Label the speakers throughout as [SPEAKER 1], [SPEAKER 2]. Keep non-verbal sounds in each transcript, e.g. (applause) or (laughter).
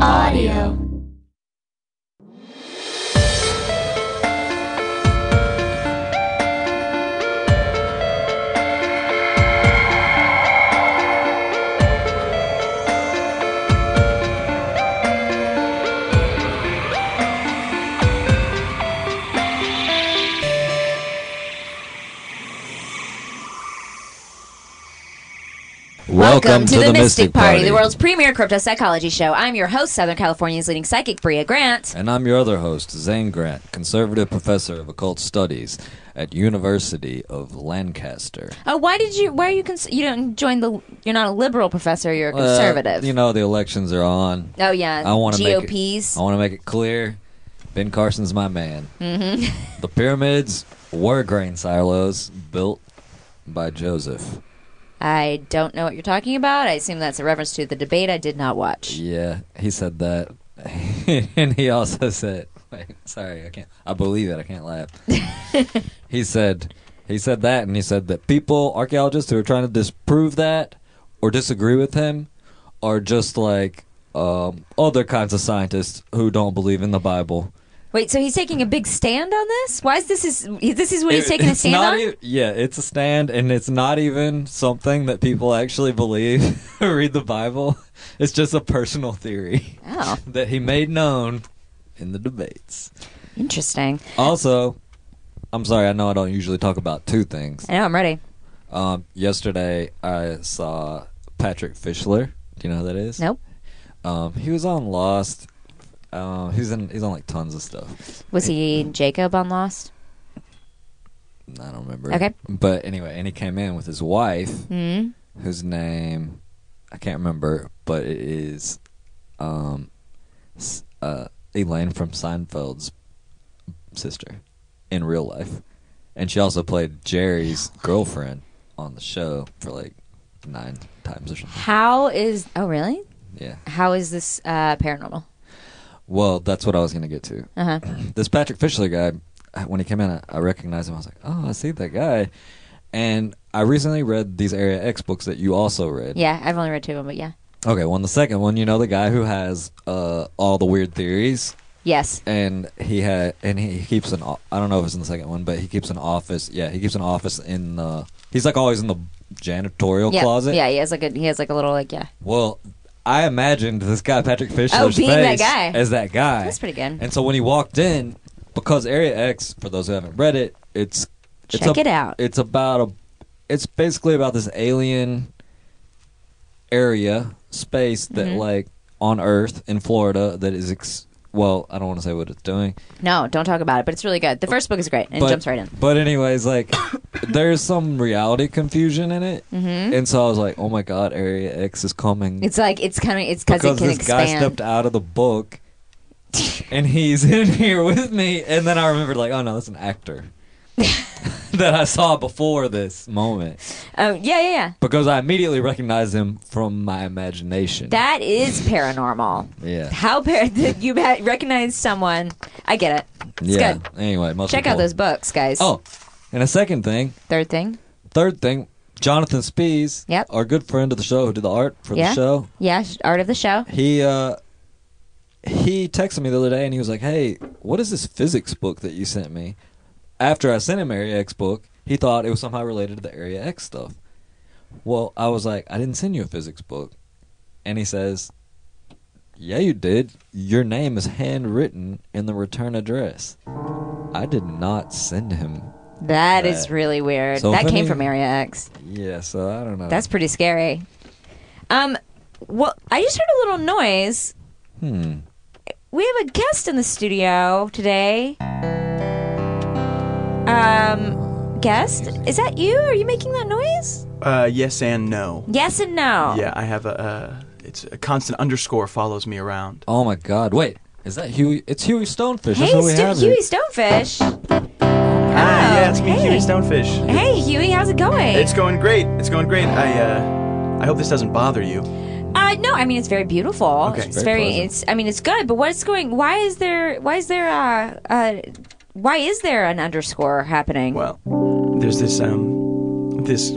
[SPEAKER 1] Audio.
[SPEAKER 2] Welcome, to, the, Mystic, Party, the world's premier crypto psychology show. I'm your host, Southern California's leading psychic, Bria Grant.
[SPEAKER 3] And I'm your other host, Zane Grant, conservative professor of occult studies at University of Lancaster.
[SPEAKER 2] Oh, why did you? Why are you? Cons- you don't join the? You're not a liberal professor. You're a conservative.
[SPEAKER 3] Uh, you know the elections are on.
[SPEAKER 2] oh yeah.
[SPEAKER 3] I want to make
[SPEAKER 2] GOPs.
[SPEAKER 3] it, I want to make it clear. Ben Carson's my man. Mm-hmm.
[SPEAKER 2] (laughs)
[SPEAKER 3] the pyramids were grain silos built by Joseph.
[SPEAKER 2] I don't know what you're talking about. I assume that's a reference to the debate I did not watch.
[SPEAKER 3] Yeah, he said that, (laughs) and he also said, "Wait, sorry, I can't. I believe it. I can't laugh." he said, he said that, and he said that people, archaeologists who are trying to disprove that or disagree with him, are just like um, other kinds of scientists who don't believe in the Bible.
[SPEAKER 2] Wait, so he's taking a big stand on this? Why is this? Is this is what he's
[SPEAKER 3] It-
[SPEAKER 2] taking a
[SPEAKER 3] it's
[SPEAKER 2] stand
[SPEAKER 3] not
[SPEAKER 2] on?
[SPEAKER 3] e- yeah, it's a stand, and it's not even something that people actually believe. (laughs) who Read the Bible. It's just a personal theory
[SPEAKER 2] oh,
[SPEAKER 3] (laughs) that he made known in the debates.
[SPEAKER 2] interesting.
[SPEAKER 3] Also, I'm sorry, I know I don't usually talk about two things.
[SPEAKER 2] I know. I'm ready.
[SPEAKER 3] Um, yesterday, I saw Patrick Fischler. Do you know who that is?
[SPEAKER 2] Nope.
[SPEAKER 3] Um, he was on Lost. Um, he's in. He's on like tons of stuff.
[SPEAKER 2] Was he Jacob on Lost?
[SPEAKER 3] I don't remember.
[SPEAKER 2] Okay.
[SPEAKER 3] But anyway, and he came in with his wife,
[SPEAKER 2] Hmm.
[SPEAKER 3] whose name I can't remember, but it is um, S- uh, Elaine from Seinfeld's sister in real life, and she also played Jerry's girlfriend on the show for like nine times or something.
[SPEAKER 2] How is? Oh, really?
[SPEAKER 3] Yeah.
[SPEAKER 2] How is this uh, paranormal?
[SPEAKER 3] Well, that's what I was gonna get to.
[SPEAKER 2] Uh huh.
[SPEAKER 3] (clears throat) this Patrick Fischler guy, I- when he came in, I, I recognized him. I was like, oh, I see that guy. And I recently read these Area X books that you also read.
[SPEAKER 2] Yeah, I've only read two of them, but yeah.
[SPEAKER 3] Okay, well, in the second one, you know the guy who has uh, all the weird theories,
[SPEAKER 2] Yes.
[SPEAKER 3] and he had, and he keeps an. o- I don't know if it's in the second one, but he keeps an office. Yeah, he keeps an office in the. He's like always in the janitorial
[SPEAKER 2] Yeah.
[SPEAKER 3] closet.
[SPEAKER 2] Yeah, he has like a he has like a little like yeah.
[SPEAKER 3] Well, I imagined this guy Patrick Fischler's
[SPEAKER 2] Oh, being that
[SPEAKER 3] face
[SPEAKER 2] guy.
[SPEAKER 3] as that guy.
[SPEAKER 2] That's pretty good.
[SPEAKER 3] Mm-hmm. And so when he walked in, because Area X, for those who haven't read it, it's it's
[SPEAKER 2] Check
[SPEAKER 3] a-
[SPEAKER 2] it out.
[SPEAKER 3] It's about a, it's basically about this alien area space that
[SPEAKER 2] Mm-hmm.
[SPEAKER 3] like on Earth in Florida that is ex- well, I don't want to say what it's doing,
[SPEAKER 2] No, don't talk about it, but it's really good. The first book is great and it jumps right in.
[SPEAKER 3] but anyways, like (coughs) there's some reality confusion in it, and so I was like, oh my god, Area X is coming
[SPEAKER 2] Mm-hmm. It's like it's kind of it's cuz it
[SPEAKER 3] because
[SPEAKER 2] can
[SPEAKER 3] this guy
[SPEAKER 2] expand.
[SPEAKER 3] stepped out of the
[SPEAKER 2] (laughs)
[SPEAKER 3] book and he's (laughs) in here with me and then i remembered like oh no that's an
[SPEAKER 2] (laughs)
[SPEAKER 3] actor that i saw before this moment
[SPEAKER 2] oh, yeah, yeah, yeah.
[SPEAKER 3] because i immediately recognized him from my imagination
[SPEAKER 2] That is paranormal.
[SPEAKER 3] yeah
[SPEAKER 2] How par- (laughs) you ha- recognize someone? I get it. It's
[SPEAKER 3] yeah
[SPEAKER 2] good.
[SPEAKER 3] anyway most
[SPEAKER 2] Check out
[SPEAKER 3] people-
[SPEAKER 2] those books, guys.
[SPEAKER 3] oh and a second thing
[SPEAKER 2] Third thing.
[SPEAKER 3] third thing jonathan spees
[SPEAKER 2] Yep.
[SPEAKER 3] our good friend of the show who did the art for
[SPEAKER 2] Yeah.
[SPEAKER 3] the show
[SPEAKER 2] Yeah, sh- art of the show.
[SPEAKER 3] he uh he texted me the other day and he was like, "Hey, what is this physics book that you sent me?" After I sent him Area X book, he thought it was somehow related to the Area X stuff. Well, I was like, "I didn't send you a physics book," and he says, "Yeah, you did. Your name is handwritten in the return address." I did not send him.
[SPEAKER 2] that
[SPEAKER 3] Right.
[SPEAKER 2] is really weird.
[SPEAKER 3] So
[SPEAKER 2] that
[SPEAKER 3] if
[SPEAKER 2] came
[SPEAKER 3] any-
[SPEAKER 2] from Area X.
[SPEAKER 3] Yeah, so I don't know.
[SPEAKER 2] That's pretty scary. Um, well, I just heard a little noise.
[SPEAKER 3] hmm.
[SPEAKER 2] We have a guest in the studio today. Um, guest, is that you? Are you making that noise?
[SPEAKER 4] Uh, yes and no.
[SPEAKER 2] Yes and no.
[SPEAKER 4] Yeah, I have a. Uh,
[SPEAKER 5] it's a constant underscore follows me around.
[SPEAKER 3] Oh my God! Wait, is that Huey? It's Huey Stonefish. That's
[SPEAKER 2] Hey,
[SPEAKER 3] what we
[SPEAKER 2] Sto-
[SPEAKER 3] have here.
[SPEAKER 2] Huey Stonefish.
[SPEAKER 5] Ah, yeah, it's me,
[SPEAKER 2] Oh, hey.
[SPEAKER 5] Huey Stonefish.
[SPEAKER 2] Hey, Huey, how's it going?
[SPEAKER 5] It's going great. It's going great. I uh, I hope this doesn't bother you.
[SPEAKER 2] uh, no, I mean it's very beautiful.
[SPEAKER 5] Okay.
[SPEAKER 2] It's
[SPEAKER 3] Very
[SPEAKER 2] very.
[SPEAKER 3] pleasant.
[SPEAKER 2] it's. I mean it's good, but what's going? Why is there? Why is there? Uh, uh, why is there an underscore happening?
[SPEAKER 5] Well, there's this um, this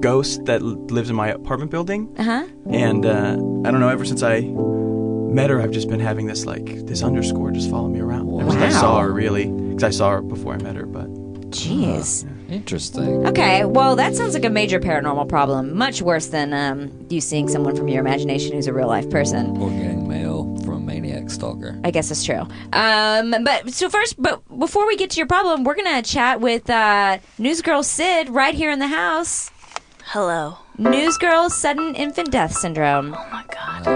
[SPEAKER 5] ghost that l- lives in my apartment building,
[SPEAKER 2] Uh huh.
[SPEAKER 5] and uh, I don't know. Ever since I met her, I've just been having this like this underscore just follow me around. Ever since I saw her, really, because I saw her before I met her, but.
[SPEAKER 2] Jeez.
[SPEAKER 3] Interesting.
[SPEAKER 2] Okay, well, that sounds like a major paranormal problem. Much worse than um, you seeing someone from your imagination who's a real life person.
[SPEAKER 3] We're getting mail from a maniac stalker.
[SPEAKER 2] I guess that's true. Um, but so first, but before we get to your problem, we're gonna chat with uh, Newsgirl Sid right here in the house.
[SPEAKER 1] Hello.
[SPEAKER 2] Newsgirl sudden infant death syndrome.
[SPEAKER 1] Oh my god.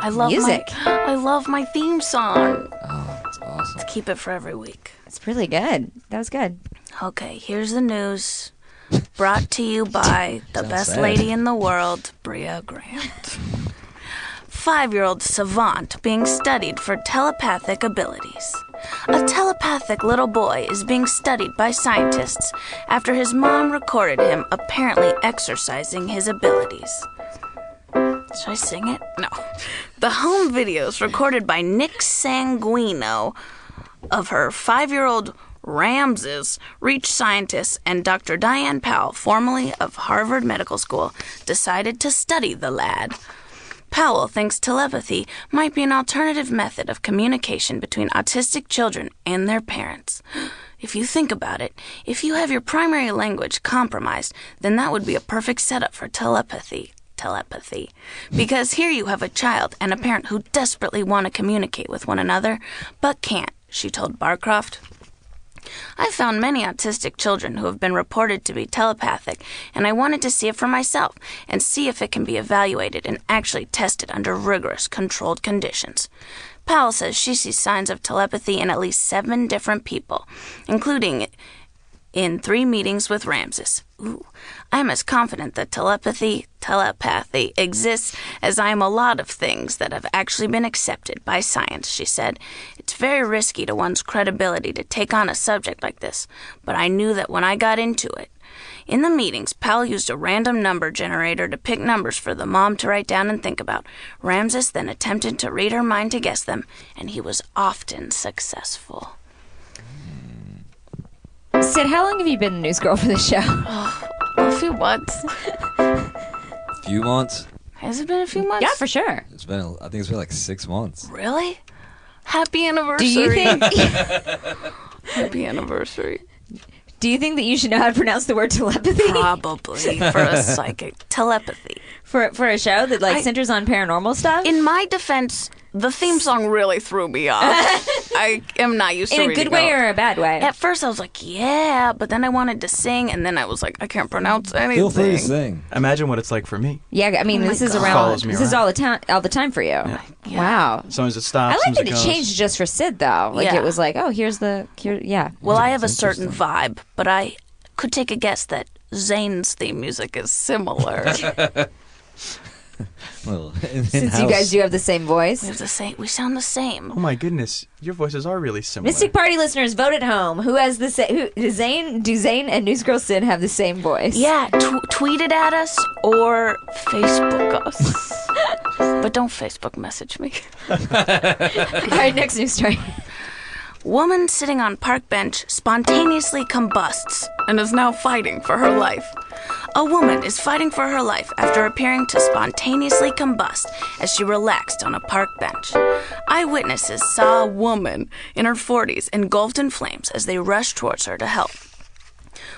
[SPEAKER 1] I love
[SPEAKER 2] Music.
[SPEAKER 1] My, I love my theme song.
[SPEAKER 3] Oh, that's awesome.
[SPEAKER 1] Keep it for every week.
[SPEAKER 2] It's really good. That was good.
[SPEAKER 1] Okay, here's the news. Brought to you by the best
[SPEAKER 3] sad.
[SPEAKER 1] lady in the world, Bria Grant. Five year old savant being studied for telepathic abilities. A telepathic little boy is being studied by scientists after his mom recorded him apparently exercising his abilities. Should I sing it? No. The home videos recorded by Nick Sanguino of her five year old Ramses reached scientists, and Dr. Diane Powell, formerly of Harvard Medical School, decided to study the lad. Powell thinks telepathy might be an alternative method of communication between autistic children and their parents. (gasps) If you think about it, if you have your primary language compromised, then that would be a perfect setup for telepathy. Telepathy. Because here you have a child and a parent who desperately want to communicate with one another, but can't, she told Barcroft. I've found many autistic children who have been reported to be telepathic, and I wanted to see it for myself and see if it can be evaluated and actually tested under rigorous, controlled conditions. Powell says she sees signs of telepathy in at least seven different people, including in three meetings with Ramses. Ooh, I'm as confident that telepathy, telepathy exists as I am a lot of things that have actually been accepted by science, she said. It's very risky to one's credibility to take on a subject like this, but I knew that when I got into it. In the meetings, Powell used a random number generator to pick numbers for the mom to write down and think about. Ramses then attempted to read her mind to guess them, and he was often successful.
[SPEAKER 2] Sid, how long have you been a newsgirl for the
[SPEAKER 1] (laughs)
[SPEAKER 2] show?
[SPEAKER 1] A few months.
[SPEAKER 3] Few months.
[SPEAKER 1] Has it been a few months?
[SPEAKER 2] yeah, for sure.
[SPEAKER 3] It's been. a- I think it's been like six months.
[SPEAKER 1] Really? Happy
[SPEAKER 2] Do
[SPEAKER 1] anniversary.
[SPEAKER 2] you think?
[SPEAKER 1] Happy anniversary.
[SPEAKER 2] (laughs) do you think that you should know how to pronounce the word telepathy
[SPEAKER 1] (laughs) Probably for a psychic telepathy.
[SPEAKER 2] for for a show that like
[SPEAKER 1] I-
[SPEAKER 2] centers on paranormal stuff?
[SPEAKER 1] In my defense, the theme song really threw me (laughs) off. I am not used to
[SPEAKER 2] in a
[SPEAKER 1] reading
[SPEAKER 2] good way
[SPEAKER 1] out.
[SPEAKER 2] or a bad way?
[SPEAKER 1] At first, I was like, yeah, but then I wanted to sing, and then I was like, I can't pronounce anything.
[SPEAKER 3] Feel free to sing.
[SPEAKER 5] Imagine what it's like for me.
[SPEAKER 2] Yeah, I mean, this is
[SPEAKER 1] Oh God.
[SPEAKER 2] around.
[SPEAKER 5] Follows me
[SPEAKER 2] This is
[SPEAKER 5] around.
[SPEAKER 2] all the time, all the time for you.
[SPEAKER 1] Yeah.
[SPEAKER 2] Wow.
[SPEAKER 5] Sometimes it stops.
[SPEAKER 2] I liked that
[SPEAKER 5] sometimes
[SPEAKER 2] it
[SPEAKER 5] goes.
[SPEAKER 2] changed just for Sid though. Like
[SPEAKER 1] Yeah.
[SPEAKER 2] it was like, oh, here's the here. Yeah.
[SPEAKER 1] Well, I have a certain vibe, but I could take a guess that Zane's theme music
[SPEAKER 3] (laughs)
[SPEAKER 1] is similar.
[SPEAKER 3] Well, (laughs)
[SPEAKER 2] Since you guys do have the same
[SPEAKER 1] we
[SPEAKER 2] voice.
[SPEAKER 1] have the same. We sound the same.
[SPEAKER 5] Oh my goodness, your voices are really
[SPEAKER 2] (laughs)
[SPEAKER 5] similar.
[SPEAKER 2] Mystic Party listeners, vote at home. Who has the same? Who Zane? Do Zane and Newsgirl Sid have the same voice? (laughs)
[SPEAKER 1] Yeah, tw- tweet it at us or Facebook us. but don't Facebook message me.
[SPEAKER 2] All right. Next news story.
[SPEAKER 1] Woman sitting on park bench spontaneously combusts and is now fighting for her life. A woman is fighting for her life after appearing to spontaneously combust as she relaxed on a park bench. Eyewitnesses saw a woman in her 40s engulfed in flames as they rushed towards her to help.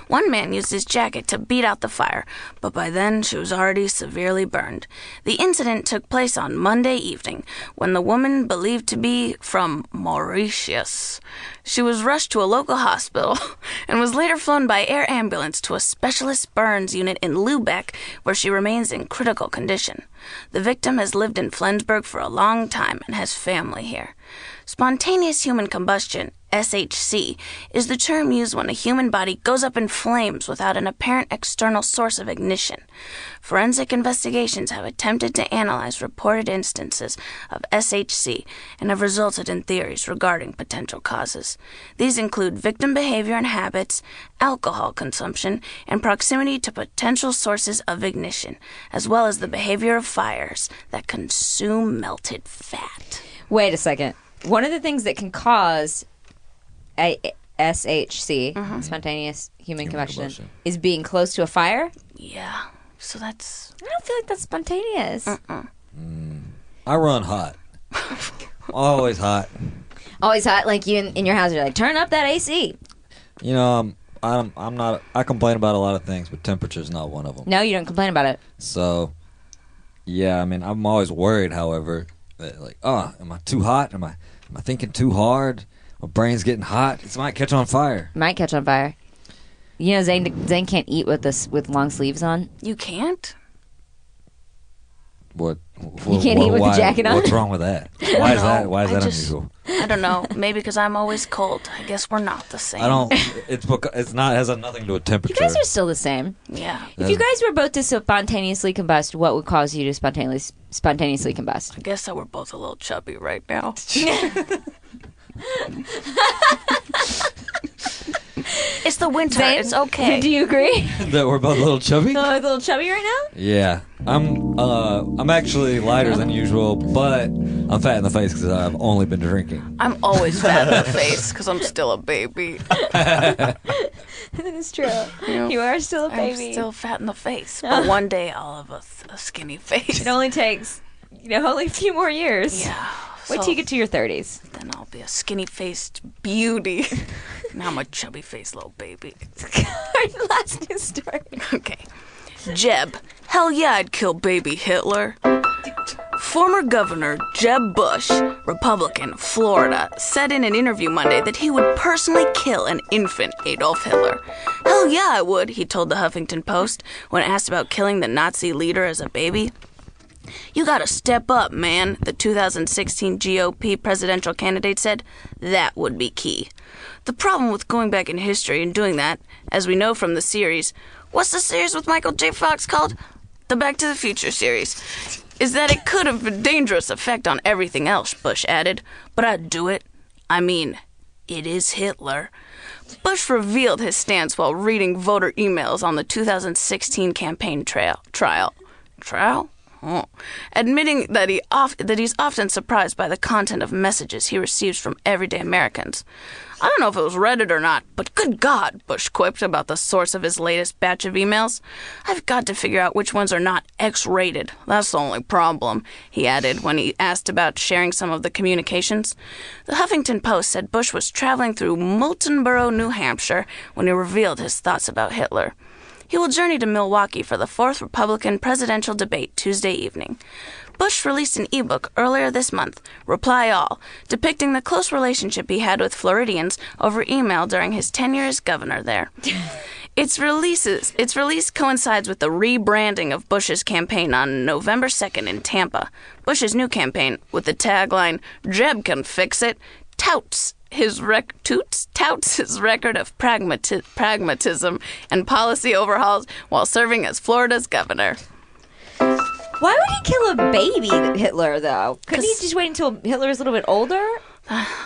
[SPEAKER 1] One man used his jacket to beat out the fire, but by then she was already severely burned. The incident took place on Monday evening when the woman believed to be from Mauritius. She was rushed to a local hospital (laughs) and was later flown by air ambulance to a specialist burns unit in Lubeck, where she remains in critical condition. The victim has lived in Flensburg for a long time and has family here. Spontaneous human combustion SHC, is the term used when a human body goes up in flames without an apparent external source of ignition. Forensic investigations have attempted to analyze reported instances of SHC and have resulted in theories regarding potential causes. These include victim behavior and habits, alcohol consumption, and proximity to potential sources of ignition, as well as the behavior of fires that consume melted fat.
[SPEAKER 2] (laughs) Wait a second. One of the things that can cause a- SHC, spontaneous human, combustion,
[SPEAKER 3] combustion.
[SPEAKER 2] is being close to a fire.
[SPEAKER 1] Yeah. So that's
[SPEAKER 2] I don't feel like that's spontaneous.
[SPEAKER 3] I run
[SPEAKER 2] (laughs)
[SPEAKER 3] hot. Always hot.
[SPEAKER 2] Always hot, like you in, in your house. You're like, turn up that AC.
[SPEAKER 3] You know, I'm, I'm I'm not. I complain about a lot of things, but temperature's not one of them.
[SPEAKER 2] No, you don't complain about it.
[SPEAKER 3] So, yeah, I mean, I'm always worried. However, that like, oh, am I too hot? Am I am I thinking too hard? My brain's getting hot. It might catch on fire.
[SPEAKER 2] Might catch on fire. You know, Zane Zane can't eat with this with long sleeves on.
[SPEAKER 1] you can't.
[SPEAKER 3] What? You
[SPEAKER 2] can't eat with a jacket on?
[SPEAKER 3] What's wrong with
[SPEAKER 2] (laughs)
[SPEAKER 3] that? Why is that? Why is
[SPEAKER 1] I
[SPEAKER 3] that
[SPEAKER 1] just-
[SPEAKER 3] unusual?
[SPEAKER 1] I don't know. Maybe because I'm always cold. I guess we're not the same.
[SPEAKER 3] I
[SPEAKER 2] (laughs)
[SPEAKER 3] don't. It's because it's not. It has nothing to do with
[SPEAKER 2] You
[SPEAKER 3] temperature.
[SPEAKER 2] guys are still the same.
[SPEAKER 1] Yeah.
[SPEAKER 2] If you guys were both to spontaneously combust, what would cause you to spontaneously spontaneously combust?
[SPEAKER 1] I guess that we're both a little chubby right
[SPEAKER 2] (laughs)
[SPEAKER 1] now. it's the winter.
[SPEAKER 2] Zane,
[SPEAKER 1] It's
[SPEAKER 2] (laughs)
[SPEAKER 1] okay.
[SPEAKER 2] Do you
[SPEAKER 1] (laughs)
[SPEAKER 2] agree?
[SPEAKER 3] (laughs) that we're both a little chubby.
[SPEAKER 2] Feel like a little chubby right now.
[SPEAKER 3] Yeah, I'm. Uh, I'm actually lighter than usual, but I'm fat in the face because I've only been drinking. (laughs)
[SPEAKER 1] I'm always fat in the face because I'm still a baby.
[SPEAKER 2] That is true. (laughs)
[SPEAKER 1] know,
[SPEAKER 2] you are still a
[SPEAKER 1] I'm
[SPEAKER 2] baby.
[SPEAKER 1] still fat in
[SPEAKER 2] (laughs)
[SPEAKER 1] the face, but one day I'll have a, th- a skinny face.
[SPEAKER 2] It only takes you know only a few more years.
[SPEAKER 1] yeah.
[SPEAKER 2] Wait
[SPEAKER 1] so
[SPEAKER 2] till you get to your
[SPEAKER 1] (laughs)
[SPEAKER 2] thirties. (laughs)
[SPEAKER 1] then I'll be a skinny faced beauty. (laughs) now I'm a chubby faced little baby.
[SPEAKER 2] Our last news story.
[SPEAKER 1] Okay. Jeb. Hell yeah, I'd kill baby Hitler. Former Governor Jeb Bush, Republican, Florida, said in an interview Monday that he would personally kill an infant Adolf Hitler. Hell yeah, I would, he told the Huffington Post when asked about killing the Nazi leader as a baby. You gotta step up, man, the 2016 GOP presidential candidate said. That would be key. The problem with going back in history and doing that, as we know from the series, what's the series with Michael J. Fox called? The Back to the Future series, is that it could have a dangerous effect on everything else, Bush added. But I'd do it. I mean, it is Hitler. Bush revealed his stance while reading voter emails on the 2016 campaign trail, trial. Trial? Oh. Admitting that he of, that he's often surprised by the content of messages he receives from everyday Americans. I don't know if it was Reddit or not, but good God, Bush quipped about the source of his latest batch of emails. I've got to figure out which ones are not X rated. That's the only problem, he added when he asked about sharing some of the communications. The Huffington Post said Bush was traveling through Moultonboro, New Hampshire, when he revealed his thoughts about Hitler. He will journey to Milwaukee for the fourth Republican presidential debate Tuesday evening. Bush released an ebook earlier this month, Reply All, depicting the close relationship he had with Floridians over email during his tenure as governor there. Its releases its release coincides with the rebranding of Bush's campaign on November 2nd in Tampa. Bush's new campaign, with the tagline "Jeb can fix it," touts his rec- toots, touts his record of pragmati- pragmatism and policy overhauls while serving as Florida's governor.
[SPEAKER 2] Why would he kill a baby Hitler though? Couldn't he just wait until Hitler is a little bit older?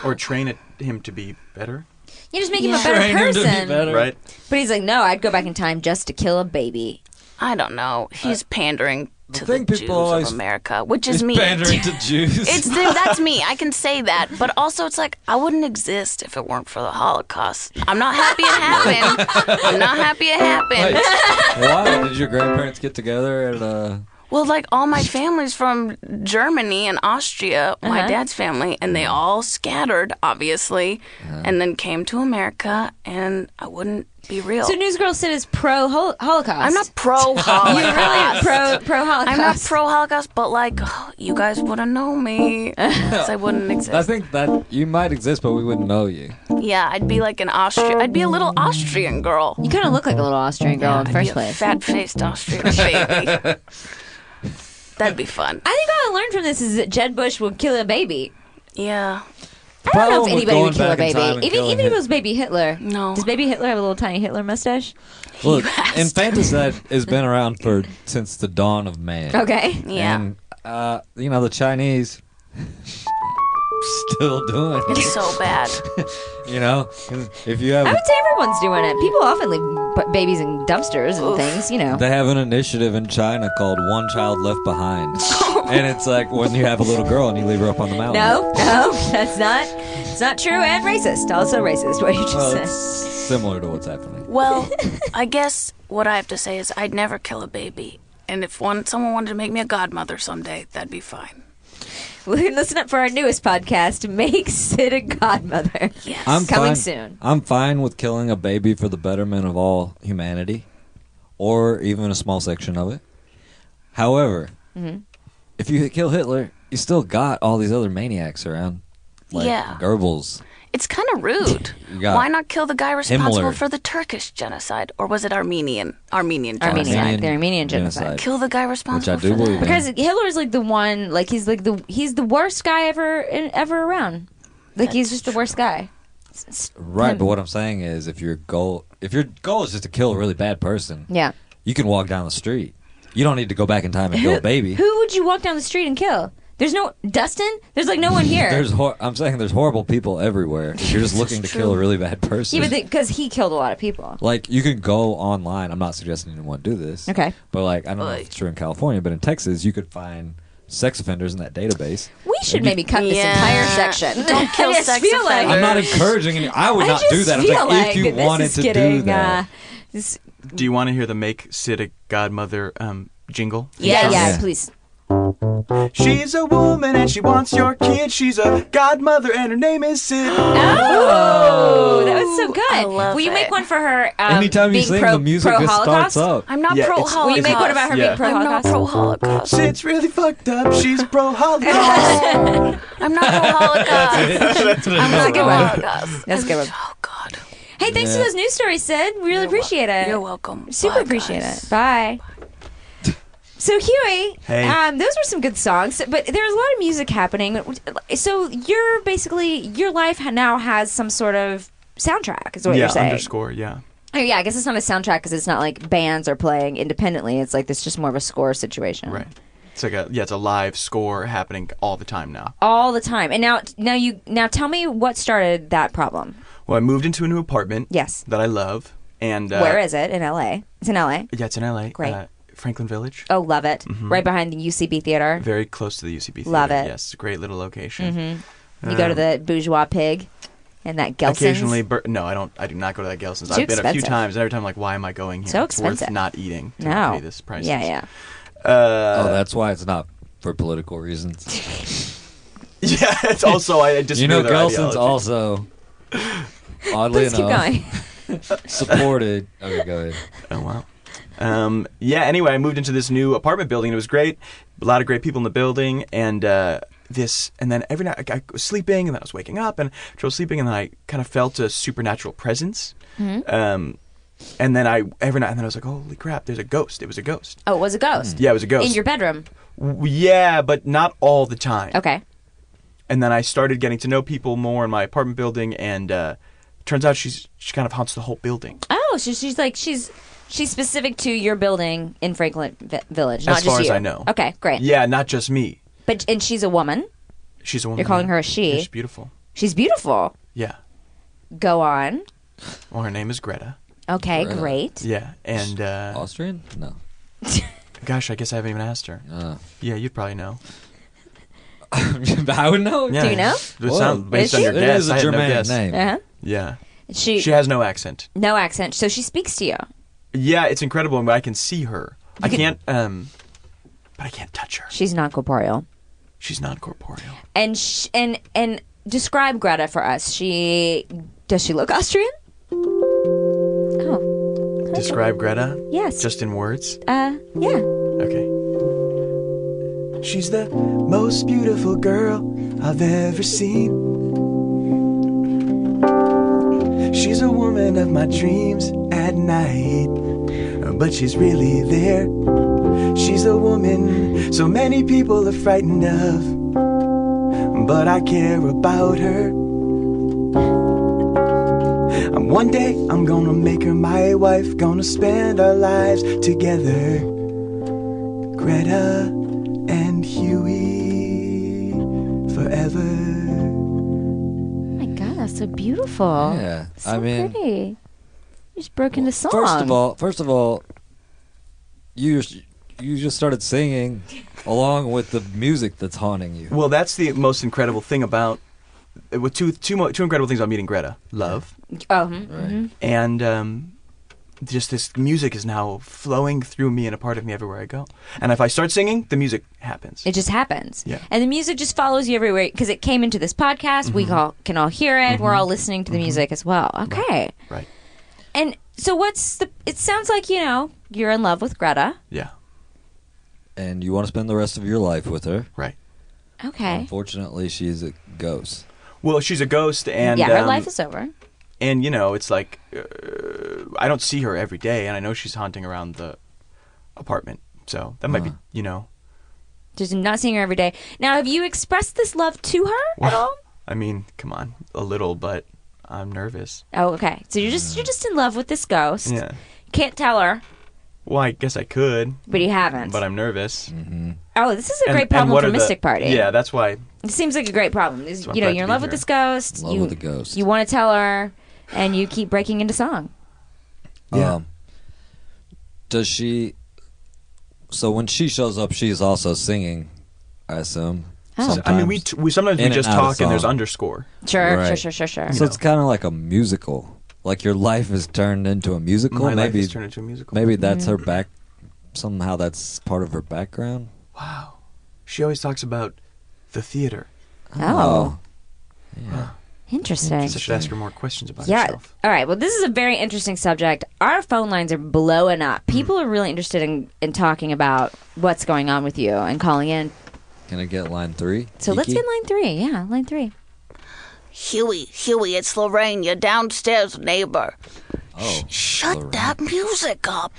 [SPEAKER 5] Or train it, him to be better,
[SPEAKER 2] You just make him a better person.
[SPEAKER 5] right?
[SPEAKER 2] But he's like, no, I'd go back in time just to kill a baby.
[SPEAKER 1] I don't know. He's pandering to the,
[SPEAKER 3] Uh, thing people
[SPEAKER 1] Jews
[SPEAKER 3] always-
[SPEAKER 1] of America, which is me.
[SPEAKER 3] pandering
[SPEAKER 2] (laughs)
[SPEAKER 3] to Jews.
[SPEAKER 1] It's the, that's me. I can say that, but also it's like I wouldn't exist if it weren't for the Holocaust. I'm not happy it happened. I'm not happy it happened.
[SPEAKER 3] Wait, (laughs) why did your grandparents get together at uh
[SPEAKER 1] Well, like all my family's from Germany and Austria, my
[SPEAKER 2] Uh-huh.
[SPEAKER 1] dad's family, and they all scattered, obviously, and then came to America, and I wouldn't be real.
[SPEAKER 2] So Newsgirl Sid is pro hol- Holocaust.
[SPEAKER 1] I'm not pro
[SPEAKER 2] You're really
[SPEAKER 1] Holocaust.
[SPEAKER 2] pro pro Holocaust.
[SPEAKER 1] I'm not pro Holocaust, but like (sighs) you guys wouldn't know me, 'cause I wouldn't exist.
[SPEAKER 3] I think that you might exist but we wouldn't know you.
[SPEAKER 1] Yeah, I'd be like an Austrian. I'd be a little Austrian girl.
[SPEAKER 2] You kind of look like a little Austrian
[SPEAKER 1] Oh
[SPEAKER 2] girl in the first place.
[SPEAKER 1] Fat faced
[SPEAKER 2] (laughs)
[SPEAKER 1] Austrian baby. That'd be fun.
[SPEAKER 2] I think all I learned from this is that Jed Bush will kill a baby.
[SPEAKER 1] Yeah.
[SPEAKER 2] I I don't know if
[SPEAKER 3] problem with
[SPEAKER 2] anybody
[SPEAKER 3] going
[SPEAKER 2] would kill a
[SPEAKER 3] back in
[SPEAKER 2] baby.
[SPEAKER 3] time and
[SPEAKER 2] Even
[SPEAKER 3] killing
[SPEAKER 2] even if it
[SPEAKER 3] Hit-
[SPEAKER 2] was baby Hitler.
[SPEAKER 1] No.
[SPEAKER 2] Does baby Hitler have a little tiny Hitler mustache?
[SPEAKER 3] Look,
[SPEAKER 1] asked.
[SPEAKER 2] (laughs)
[SPEAKER 3] infanticide has been around for since the dawn of man.
[SPEAKER 2] Okay.
[SPEAKER 1] Yeah.
[SPEAKER 3] And, uh, you know, the Chinese (laughs) still doing it. (laughs)
[SPEAKER 1] it's so bad.
[SPEAKER 3] You know, if you have,
[SPEAKER 2] I would say everyone's doing it. People often leave b- babies in dumpsters and things, you know.
[SPEAKER 3] they have an initiative in China called One Child Left
[SPEAKER 2] (laughs)
[SPEAKER 3] Behind, and it's like when you have a little girl and you leave her up on the mountain.
[SPEAKER 2] No, no, (laughs) that's not. It's not true and racist. Also racist. What you just
[SPEAKER 3] Well,
[SPEAKER 2] said.
[SPEAKER 3] it's similar to what's happening.
[SPEAKER 2] (laughs)
[SPEAKER 1] Well, I guess what I have to say is I'd never kill a baby. And if one someone wanted to make me a godmother someday, that'd be fine.
[SPEAKER 2] (laughs) Listen up for our newest podcast, Make Sid a Godmother.
[SPEAKER 1] Yes.
[SPEAKER 3] I'm
[SPEAKER 2] Coming
[SPEAKER 3] fine.
[SPEAKER 2] soon.
[SPEAKER 3] I'm fine with killing a baby for the betterment of all humanity, or even a small section of it. However,
[SPEAKER 2] Mm-hmm.
[SPEAKER 3] if you kill Hitler, you still got all these other maniacs around, like
[SPEAKER 1] Yeah.
[SPEAKER 3] Goebbels.
[SPEAKER 1] It's kind of rude.
[SPEAKER 3] You got
[SPEAKER 1] Why not kill the guy responsible
[SPEAKER 3] Himmler.
[SPEAKER 1] for the Turkish genocide, or was it Armenian? Armenian genocide.
[SPEAKER 2] Armenian. the Armenian genocide.
[SPEAKER 1] Kill the guy responsible
[SPEAKER 3] do
[SPEAKER 1] for
[SPEAKER 3] believe
[SPEAKER 1] that.
[SPEAKER 3] in.
[SPEAKER 2] Because Hitler's like the one, like he's like the he's the worst guy ever ever around. Like he's just the worst guy.
[SPEAKER 3] Right, but what I'm saying is, if your goal, if your goal is just to kill a really bad person,
[SPEAKER 2] Yeah.
[SPEAKER 3] you can walk down the street. You don't need to go back in time and kill a baby.
[SPEAKER 2] Who would you walk down the street and kill? There's no Dustin. There's like no one here.
[SPEAKER 3] There's, hor- I'm saying, there's horrible people everywhere. If You're just looking to kill a really bad person.
[SPEAKER 2] yeah, but because he killed a lot of people.
[SPEAKER 3] like you can go online. I'm not suggesting anyone do this.
[SPEAKER 2] Okay.
[SPEAKER 3] but like I don't know if
[SPEAKER 1] Like-
[SPEAKER 3] it's true in California, but in Texas, you could find sex offenders in that database.
[SPEAKER 2] We should maybe cut this
[SPEAKER 1] Yeah.
[SPEAKER 2] entire section.
[SPEAKER 1] (laughs) Don't
[SPEAKER 2] (laughs)
[SPEAKER 1] kill
[SPEAKER 2] I just
[SPEAKER 1] sex
[SPEAKER 2] feel like-
[SPEAKER 3] I'm
[SPEAKER 1] offenders.
[SPEAKER 3] not encouraging any. I would
[SPEAKER 2] I
[SPEAKER 3] not
[SPEAKER 2] just
[SPEAKER 3] do that. I'm
[SPEAKER 2] feel
[SPEAKER 3] saying
[SPEAKER 2] like
[SPEAKER 3] if you
[SPEAKER 2] this
[SPEAKER 3] wanted
[SPEAKER 2] is
[SPEAKER 3] to
[SPEAKER 2] getting,
[SPEAKER 3] do that,
[SPEAKER 2] uh, this-
[SPEAKER 5] Do you want to hear the make Sid a godmother um, jingle?
[SPEAKER 2] yeah,
[SPEAKER 1] Yes.
[SPEAKER 2] yeah,
[SPEAKER 3] Yeah.
[SPEAKER 2] please.
[SPEAKER 5] She's a woman and she wants your kid. She's a godmother and her name is Sid.
[SPEAKER 2] (gasps) Oh, that was so good.
[SPEAKER 1] I love
[SPEAKER 2] Will you make
[SPEAKER 1] it.
[SPEAKER 2] one for her? Um,
[SPEAKER 3] anytime you
[SPEAKER 2] being
[SPEAKER 3] sing,
[SPEAKER 2] pro,
[SPEAKER 3] the music
[SPEAKER 2] pro
[SPEAKER 3] just
[SPEAKER 2] Holocaust?
[SPEAKER 3] starts up.
[SPEAKER 2] (laughs)
[SPEAKER 5] (laughs)
[SPEAKER 1] I'm not
[SPEAKER 5] Yeah,
[SPEAKER 1] pro
[SPEAKER 5] it's-
[SPEAKER 1] Holocaust.
[SPEAKER 2] Will you make one about her
[SPEAKER 5] Yeah.
[SPEAKER 2] being pro
[SPEAKER 1] I'm not
[SPEAKER 2] Holocaust?
[SPEAKER 1] pro Holocaust.
[SPEAKER 5] Sid's really fucked up. She's
[SPEAKER 2] (laughs)
[SPEAKER 5] pro Holocaust.
[SPEAKER 1] I'm not pro Holocaust. I'm not
[SPEAKER 3] Oh,
[SPEAKER 1] pro Holocaust.
[SPEAKER 2] That's a good one.
[SPEAKER 1] Oh God.
[SPEAKER 2] Hey, thanks for those news stories, Sid. We really appreciate it.
[SPEAKER 1] You're welcome.
[SPEAKER 2] Super
[SPEAKER 1] Bye,
[SPEAKER 2] appreciate
[SPEAKER 1] guys.
[SPEAKER 2] it. Bye. So Huey,
[SPEAKER 5] Hey.
[SPEAKER 2] um, those were some good songs, but there was a lot of music happening. So you're basically your life ha- now has some sort of soundtrack, is what
[SPEAKER 5] yeah,
[SPEAKER 2] you're saying.
[SPEAKER 5] underscore, yeah.
[SPEAKER 2] Oh, yeah, I guess it's not a soundtrack because it's not like bands are playing independently. It's like it's just more of a score situation,
[SPEAKER 5] Right. It's like a yeah, it's a live score happening all the time now.
[SPEAKER 2] All the time. And now, now you now tell me what started that problem.
[SPEAKER 5] Well, I moved into a new apartment.
[SPEAKER 2] Yes.
[SPEAKER 5] That I love, and uh,
[SPEAKER 2] Where is it in L.A.? It's in L.A.
[SPEAKER 5] Yeah, it's in LA.
[SPEAKER 2] Great.
[SPEAKER 5] Uh, Franklin Village.
[SPEAKER 2] Oh, love it!
[SPEAKER 5] Mm-hmm.
[SPEAKER 2] Right behind the UCB theater.
[SPEAKER 5] Very close to the UCB. Theater.
[SPEAKER 2] Love it. Mm-hmm.
[SPEAKER 5] Yes, great little location.
[SPEAKER 2] You go to the Bourgeois Pig and that Gelson's.
[SPEAKER 5] uh, Occasionally, bur- no, I don't. I do not go to that Gelson's.
[SPEAKER 2] Too
[SPEAKER 5] I've been a few
[SPEAKER 2] expensive.
[SPEAKER 5] times, and every time, I'm like, why am I going here?
[SPEAKER 2] So
[SPEAKER 5] It's worth
[SPEAKER 2] expensive.
[SPEAKER 5] not eating. To
[SPEAKER 2] no.
[SPEAKER 5] pay this price. Uh,
[SPEAKER 2] Yeah, yeah.
[SPEAKER 3] oh, that's why it's not for political reasons.
[SPEAKER 5] (laughs) Yeah, (laughs) it's also I disagree
[SPEAKER 3] You know,
[SPEAKER 5] with their
[SPEAKER 3] Gelson's
[SPEAKER 5] ideology. (laughs)
[SPEAKER 3] also oddly
[SPEAKER 2] Please keep
[SPEAKER 3] enough
[SPEAKER 2] going.
[SPEAKER 3] (laughs) supported. Okay, go
[SPEAKER 2] (laughs)
[SPEAKER 3] ahead.
[SPEAKER 5] Oh wow. Um, yeah. Anyway, I moved into this new apartment building. It was great. A lot of great people in the building, and uh, this. And then every night I, I was sleeping, and then I was waking up, and I was sleeping, and then I kind of felt a supernatural presence.
[SPEAKER 2] Mm-hmm.
[SPEAKER 5] Um, and then I every night, and then I was like, "Holy crap! There's a ghost! It was a ghost.
[SPEAKER 2] Oh, it was a ghost.
[SPEAKER 5] Yeah, it was a Mm. ghost.
[SPEAKER 2] In your bedroom.
[SPEAKER 5] W- yeah, but not all the time.
[SPEAKER 2] Okay.
[SPEAKER 5] and then I started getting to know people more in my apartment building, and uh, turns out she's she kind of haunts the whole building.
[SPEAKER 2] Oh, so she's like she's she's specific to your building in Franklin Vi- Village, not
[SPEAKER 5] As far
[SPEAKER 2] just
[SPEAKER 5] as
[SPEAKER 2] you.
[SPEAKER 5] I know.
[SPEAKER 2] Okay, great.
[SPEAKER 5] Yeah, not just me.
[SPEAKER 2] But and she's a woman.
[SPEAKER 5] She's a woman.
[SPEAKER 2] You're calling her a she.
[SPEAKER 5] Yeah, she's beautiful.
[SPEAKER 2] She's beautiful.
[SPEAKER 5] Yeah.
[SPEAKER 2] Go on.
[SPEAKER 5] Well, her name is Greta.
[SPEAKER 2] Okay,
[SPEAKER 3] Greta.
[SPEAKER 2] great.
[SPEAKER 5] Yeah, and uh,
[SPEAKER 3] Austrian? No. (laughs)
[SPEAKER 5] gosh, I guess I haven't even asked her.
[SPEAKER 3] Uh,
[SPEAKER 5] Yeah, you'd probably know.
[SPEAKER 3] I would know.
[SPEAKER 5] Yeah,
[SPEAKER 2] Do you know?
[SPEAKER 5] it
[SPEAKER 3] Whoa.
[SPEAKER 5] sounds- based
[SPEAKER 2] Is
[SPEAKER 5] on
[SPEAKER 2] she?
[SPEAKER 5] your
[SPEAKER 3] It
[SPEAKER 5] guess,
[SPEAKER 3] is
[SPEAKER 5] I
[SPEAKER 3] a
[SPEAKER 5] had no
[SPEAKER 3] Germanic
[SPEAKER 5] guess.
[SPEAKER 3] name.
[SPEAKER 2] Uh huh.
[SPEAKER 5] Yeah,
[SPEAKER 2] She,
[SPEAKER 5] she has no accent.
[SPEAKER 2] no accent, so she speaks to you.
[SPEAKER 5] Yeah, it's incredible, but I can see her. I can't. Um, but I can't touch her.
[SPEAKER 2] She's non corporeal.
[SPEAKER 5] She's not corporeal.
[SPEAKER 2] And sh- and and describe Greta for us. She does she look Austrian? Oh
[SPEAKER 5] Describe Greta.
[SPEAKER 2] yes.
[SPEAKER 5] Just in words.
[SPEAKER 2] uh yeah.
[SPEAKER 5] Okay. She's the most beautiful girl I've ever seen. She's a woman of my dreams at night, but she's really there. She's a woman so many people are frightened of, but I care about her. And one day I'm gonna make her my wife, gonna spend our lives together. Greta and Huey forever.
[SPEAKER 4] Oh my god, that's so beautiful.
[SPEAKER 3] Yeah,
[SPEAKER 4] So
[SPEAKER 3] I mean,
[SPEAKER 4] pretty. You just broke into song.
[SPEAKER 3] first of all, first of all, you just, you just started singing along with the music that's haunting you.
[SPEAKER 5] Well, that's the most incredible thing about uh, with two two mo- two incredible things about meeting Greta: love
[SPEAKER 2] Oh,
[SPEAKER 3] Right.
[SPEAKER 5] and um, just this music is now flowing through me and a part of me everywhere I go. And if I start singing, the music happens.
[SPEAKER 2] It just happens.
[SPEAKER 5] Yeah.
[SPEAKER 2] And the music just follows you everywhere because it came into this podcast. We
[SPEAKER 3] Mm-hmm.
[SPEAKER 2] all can all hear it. We're all listening to the music as well. Okay.
[SPEAKER 5] right?
[SPEAKER 2] And so what's the it sounds like, you know, you're in love with Greta.
[SPEAKER 5] Yeah.
[SPEAKER 3] And you want to spend the rest of your life with her.
[SPEAKER 5] Right.
[SPEAKER 2] Okay.
[SPEAKER 3] Unfortunately, she is a ghost.
[SPEAKER 5] Well, she's a ghost, and
[SPEAKER 2] yeah, her
[SPEAKER 5] um,
[SPEAKER 2] life is over.
[SPEAKER 5] and you know it's like uh, I don't see her every day, and I know she's haunting around the apartment. So that might be you know.
[SPEAKER 2] Just not seeing her every day. Now, have you expressed this love to her at all?
[SPEAKER 5] I mean, come on, a little, but I'm nervous.
[SPEAKER 2] Oh, okay. So you're just you're just in love with this ghost.
[SPEAKER 5] Yeah.
[SPEAKER 2] Can't tell her,
[SPEAKER 5] Well, I guess I could,
[SPEAKER 2] but you haven't.
[SPEAKER 5] but I'm nervous.
[SPEAKER 2] oh, this is a
[SPEAKER 5] And-
[SPEAKER 2] great
[SPEAKER 5] and
[SPEAKER 2] problem
[SPEAKER 5] what
[SPEAKER 2] for
[SPEAKER 5] are the-
[SPEAKER 2] Mystic Party.
[SPEAKER 5] Yeah, that's why.
[SPEAKER 2] It seems like a great problem. Is,
[SPEAKER 5] what
[SPEAKER 2] you
[SPEAKER 5] I'm
[SPEAKER 2] know,
[SPEAKER 5] glad
[SPEAKER 2] you're in
[SPEAKER 5] to be
[SPEAKER 2] love with
[SPEAKER 5] here.
[SPEAKER 2] this ghost.
[SPEAKER 3] Love
[SPEAKER 2] you,
[SPEAKER 3] with a ghost.
[SPEAKER 2] You want to tell her, and you keep breaking into song.
[SPEAKER 5] Yeah.
[SPEAKER 3] Um, does she? So when she shows up, she's also singing. I assume.
[SPEAKER 2] Oh.
[SPEAKER 5] I mean, we
[SPEAKER 3] sometimes.
[SPEAKER 5] t- we sometimes
[SPEAKER 3] In
[SPEAKER 5] we
[SPEAKER 3] and
[SPEAKER 5] just
[SPEAKER 3] out of
[SPEAKER 5] talk and there's
[SPEAKER 3] song.
[SPEAKER 5] underscore.
[SPEAKER 2] Sure, sure,
[SPEAKER 3] Right.
[SPEAKER 2] sure, sure, sure.
[SPEAKER 3] so it's kind of like a musical. Like your life is turned into a musical.
[SPEAKER 5] My life
[SPEAKER 3] maybe
[SPEAKER 5] has turned into a musical.
[SPEAKER 3] maybe that's her back. Somehow that's part of her background.
[SPEAKER 5] Wow. She always talks about the theater.
[SPEAKER 2] oh,
[SPEAKER 3] Yeah.
[SPEAKER 2] interesting.
[SPEAKER 5] So I should ask her more questions about
[SPEAKER 2] Yeah.
[SPEAKER 5] herself.
[SPEAKER 2] All right. Well, this is a very interesting subject. Our phone lines are blowing up.
[SPEAKER 5] Hmm.
[SPEAKER 2] People are really interested in, in talking about what's going on with you and calling in.
[SPEAKER 3] Can I get line three?
[SPEAKER 2] So let's
[SPEAKER 3] Kiki?
[SPEAKER 2] get line three. Yeah, line three.
[SPEAKER 1] Huey, Huey, it's Lorraine, your downstairs neighbor.
[SPEAKER 3] Oh,
[SPEAKER 1] Shut
[SPEAKER 3] Lorraine.
[SPEAKER 1] that music up.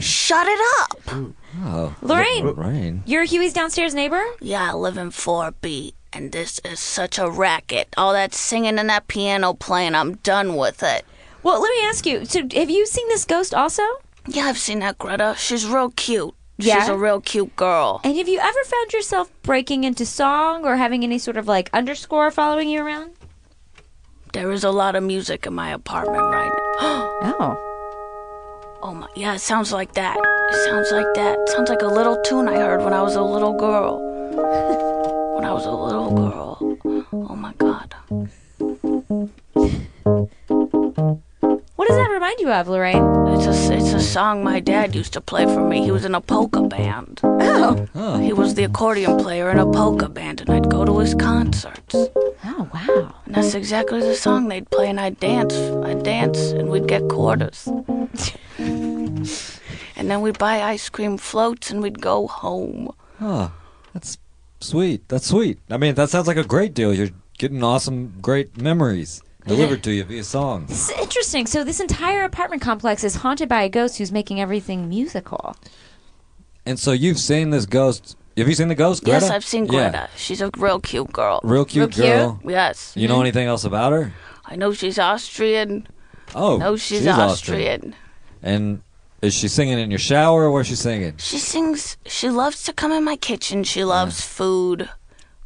[SPEAKER 1] Shut it up.
[SPEAKER 3] Oh,
[SPEAKER 2] Lorraine.
[SPEAKER 3] Lorraine.
[SPEAKER 2] You're Huey's downstairs neighbor?
[SPEAKER 1] Yeah, I live in 4B, and this is such a racket. All that singing and that piano playing, I'm done with it.
[SPEAKER 2] Well, let me ask you. So, have you seen this ghost also?
[SPEAKER 1] Yeah, I've seen that Greta. She's real cute. She's
[SPEAKER 2] Yeah?
[SPEAKER 1] a real cute girl.
[SPEAKER 2] And have you ever found yourself breaking into song or having any sort of like underscore following you around?
[SPEAKER 1] There is a lot of music in my apartment right now. (gasps)
[SPEAKER 2] Oh.
[SPEAKER 1] Oh my, yeah, it sounds like that. It sounds like that. It sounds like a little tune I heard when I was a little girl. (laughs) when I was a little girl. Oh my god.
[SPEAKER 2] What does that remind you of, Lorraine?
[SPEAKER 1] It's a, it's a song my dad used to play for me. He was in a polka band.
[SPEAKER 2] Oh.
[SPEAKER 3] Oh,
[SPEAKER 1] He was the accordion player in a polka band, and I'd go to his concerts.
[SPEAKER 2] Oh, wow.
[SPEAKER 1] And that's exactly the song they'd play, and I'd dance. I'd dance, and we'd get
[SPEAKER 3] (laughs)
[SPEAKER 1] quarters. and then we'd buy ice cream floats, and we'd go home.
[SPEAKER 3] huh. that's sweet. That's sweet. I mean, that sounds like a great deal. You're getting awesome, great memories delivered to you via song.
[SPEAKER 2] This is interesting. So, this entire apartment complex is haunted by a ghost who's making everything musical.
[SPEAKER 3] And so you've seen this ghost. Have you seen the ghost, Greta?
[SPEAKER 1] Yes, I've seen
[SPEAKER 3] Yeah.
[SPEAKER 1] Greta. She's a real cute girl.
[SPEAKER 3] Real cute
[SPEAKER 2] Real cute.
[SPEAKER 3] girl.
[SPEAKER 1] Yes.
[SPEAKER 3] You know anything else about her?
[SPEAKER 1] I know she's Austrian.
[SPEAKER 3] Oh,
[SPEAKER 1] No, she's, Austrian.
[SPEAKER 3] And is she singing in your shower? Where's she singing?
[SPEAKER 1] She sings. She loves to come in my kitchen. She loves food.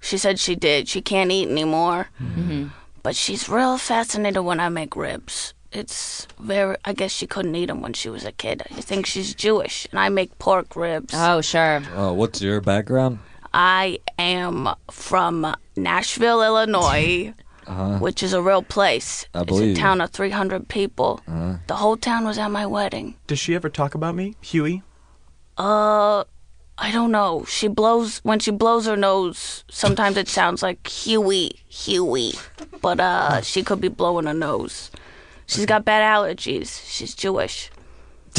[SPEAKER 1] She said she did. She can't eat anymore.
[SPEAKER 3] Mm-hmm.
[SPEAKER 1] But she's real fascinated when I make ribs. It's very. I guess she couldn't eat them when she was a kid. I think she's Jewish, and I make pork ribs.
[SPEAKER 2] Oh, sure.
[SPEAKER 3] Oh, what's your background?
[SPEAKER 1] I am from
[SPEAKER 3] (laughs)
[SPEAKER 1] Nashville, Illinois, which is a real place.
[SPEAKER 3] Uh-huh. I believe you. Uh-huh.
[SPEAKER 1] It's a town of 300 people. The whole town was at my wedding.
[SPEAKER 5] Does she ever talk about me, Huey?
[SPEAKER 1] Uh, I don't know. She blows when she blows her nose. Sometimes it sounds like Huey, Huey, but uh, she could be blowing her nose. She's got bad allergies. She's Jewish.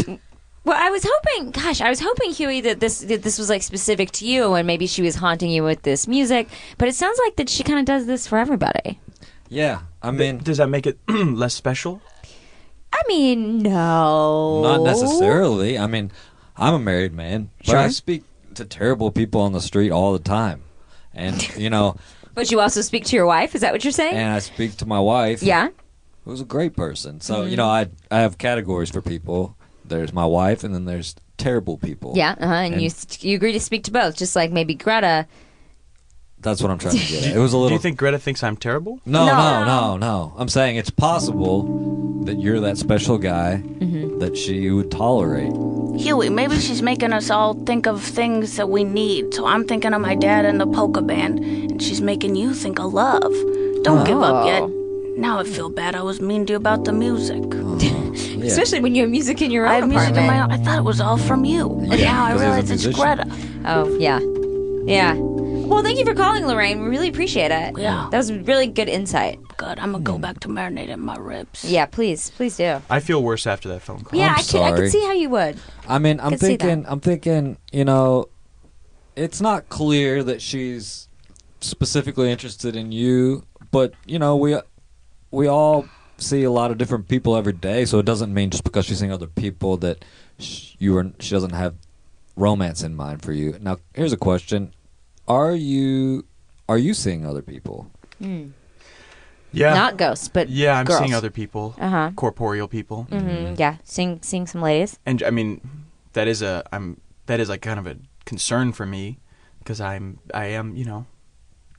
[SPEAKER 2] Well, I was hoping, gosh, I was hoping, Huey, that this that this was like specific to you, and maybe she was haunting you with this music. But it sounds like that she kind of does this for everybody.
[SPEAKER 3] Yeah, I mean,
[SPEAKER 5] Does that make it (clears throat) less special?
[SPEAKER 2] I mean, no,
[SPEAKER 3] not necessarily. I mean, I'm a married man, but I
[SPEAKER 2] Sure. (laughs)
[SPEAKER 3] speak to terrible people on the street all the time, and you know,
[SPEAKER 2] But you also speak to your wife. Is that what you're saying?
[SPEAKER 3] and I speak to my wife.
[SPEAKER 2] yeah. Mm-hmm.
[SPEAKER 3] who's a great person. So you know, I I have categories for people. There's my wife, and then there's terrible people.
[SPEAKER 2] Yeah. Uh-huh. And, you you agree to speak to both, just like maybe
[SPEAKER 3] (laughs)
[SPEAKER 2] Greta.
[SPEAKER 3] that's what I'm trying to get.
[SPEAKER 2] (laughs)
[SPEAKER 3] at. It was a little.
[SPEAKER 5] Do you think Greta thinks I'm terrible?
[SPEAKER 3] no, no, no, no. I'm saying it's possible that you're that special guy
[SPEAKER 2] Mm-hmm.
[SPEAKER 3] that she would tolerate.
[SPEAKER 1] Huey, maybe she's making us all think of things that we need. So I'm thinking of my dad and the polka band, and she's making you think of love. Don't give up yet.
[SPEAKER 3] Oh.
[SPEAKER 1] Now I feel bad I was mean to you about the music.
[SPEAKER 3] Hmm.
[SPEAKER 2] Especially when you have music in your own
[SPEAKER 1] I have music in
[SPEAKER 2] apartment.
[SPEAKER 1] my own. I thought it was all from you. But
[SPEAKER 3] Yeah,
[SPEAKER 1] now I
[SPEAKER 3] 'cause he's a
[SPEAKER 1] realize it's
[SPEAKER 3] musician.
[SPEAKER 1] Greta.
[SPEAKER 2] Oh, yeah. Yeah. Well, thank you for calling, Lorraine. We really appreciate it.
[SPEAKER 1] Yeah.
[SPEAKER 2] That was really good insight.
[SPEAKER 1] God, I'm going to go back to marinating my ribs.
[SPEAKER 2] Yeah, please. Please do.
[SPEAKER 5] I feel worse after that phone call.
[SPEAKER 2] Yeah,
[SPEAKER 3] I'm
[SPEAKER 2] I can, I
[SPEAKER 3] sorry.
[SPEAKER 2] can see how you would.
[SPEAKER 3] I mean, I'm
[SPEAKER 2] Could see that.
[SPEAKER 3] thinking, I'm thinking, you know, it's not clear that she's specifically interested in you, but you know, we we all see a lot of different people every day, so it doesn't mean just because she's seeing other people that sh- you are she doesn't have romance in mind for you. Now, here's a question: Are you are you seeing other people?
[SPEAKER 5] Yeah.
[SPEAKER 2] Not ghosts, but
[SPEAKER 5] yeah, I'm
[SPEAKER 2] girls.
[SPEAKER 5] seeing other people,
[SPEAKER 2] Uh-huh.
[SPEAKER 5] corporeal people,
[SPEAKER 2] Mm, yeah, seeing seeing some ladies.
[SPEAKER 5] and I mean, that is a I'm that is like kind of a concern for me because I'm I am you know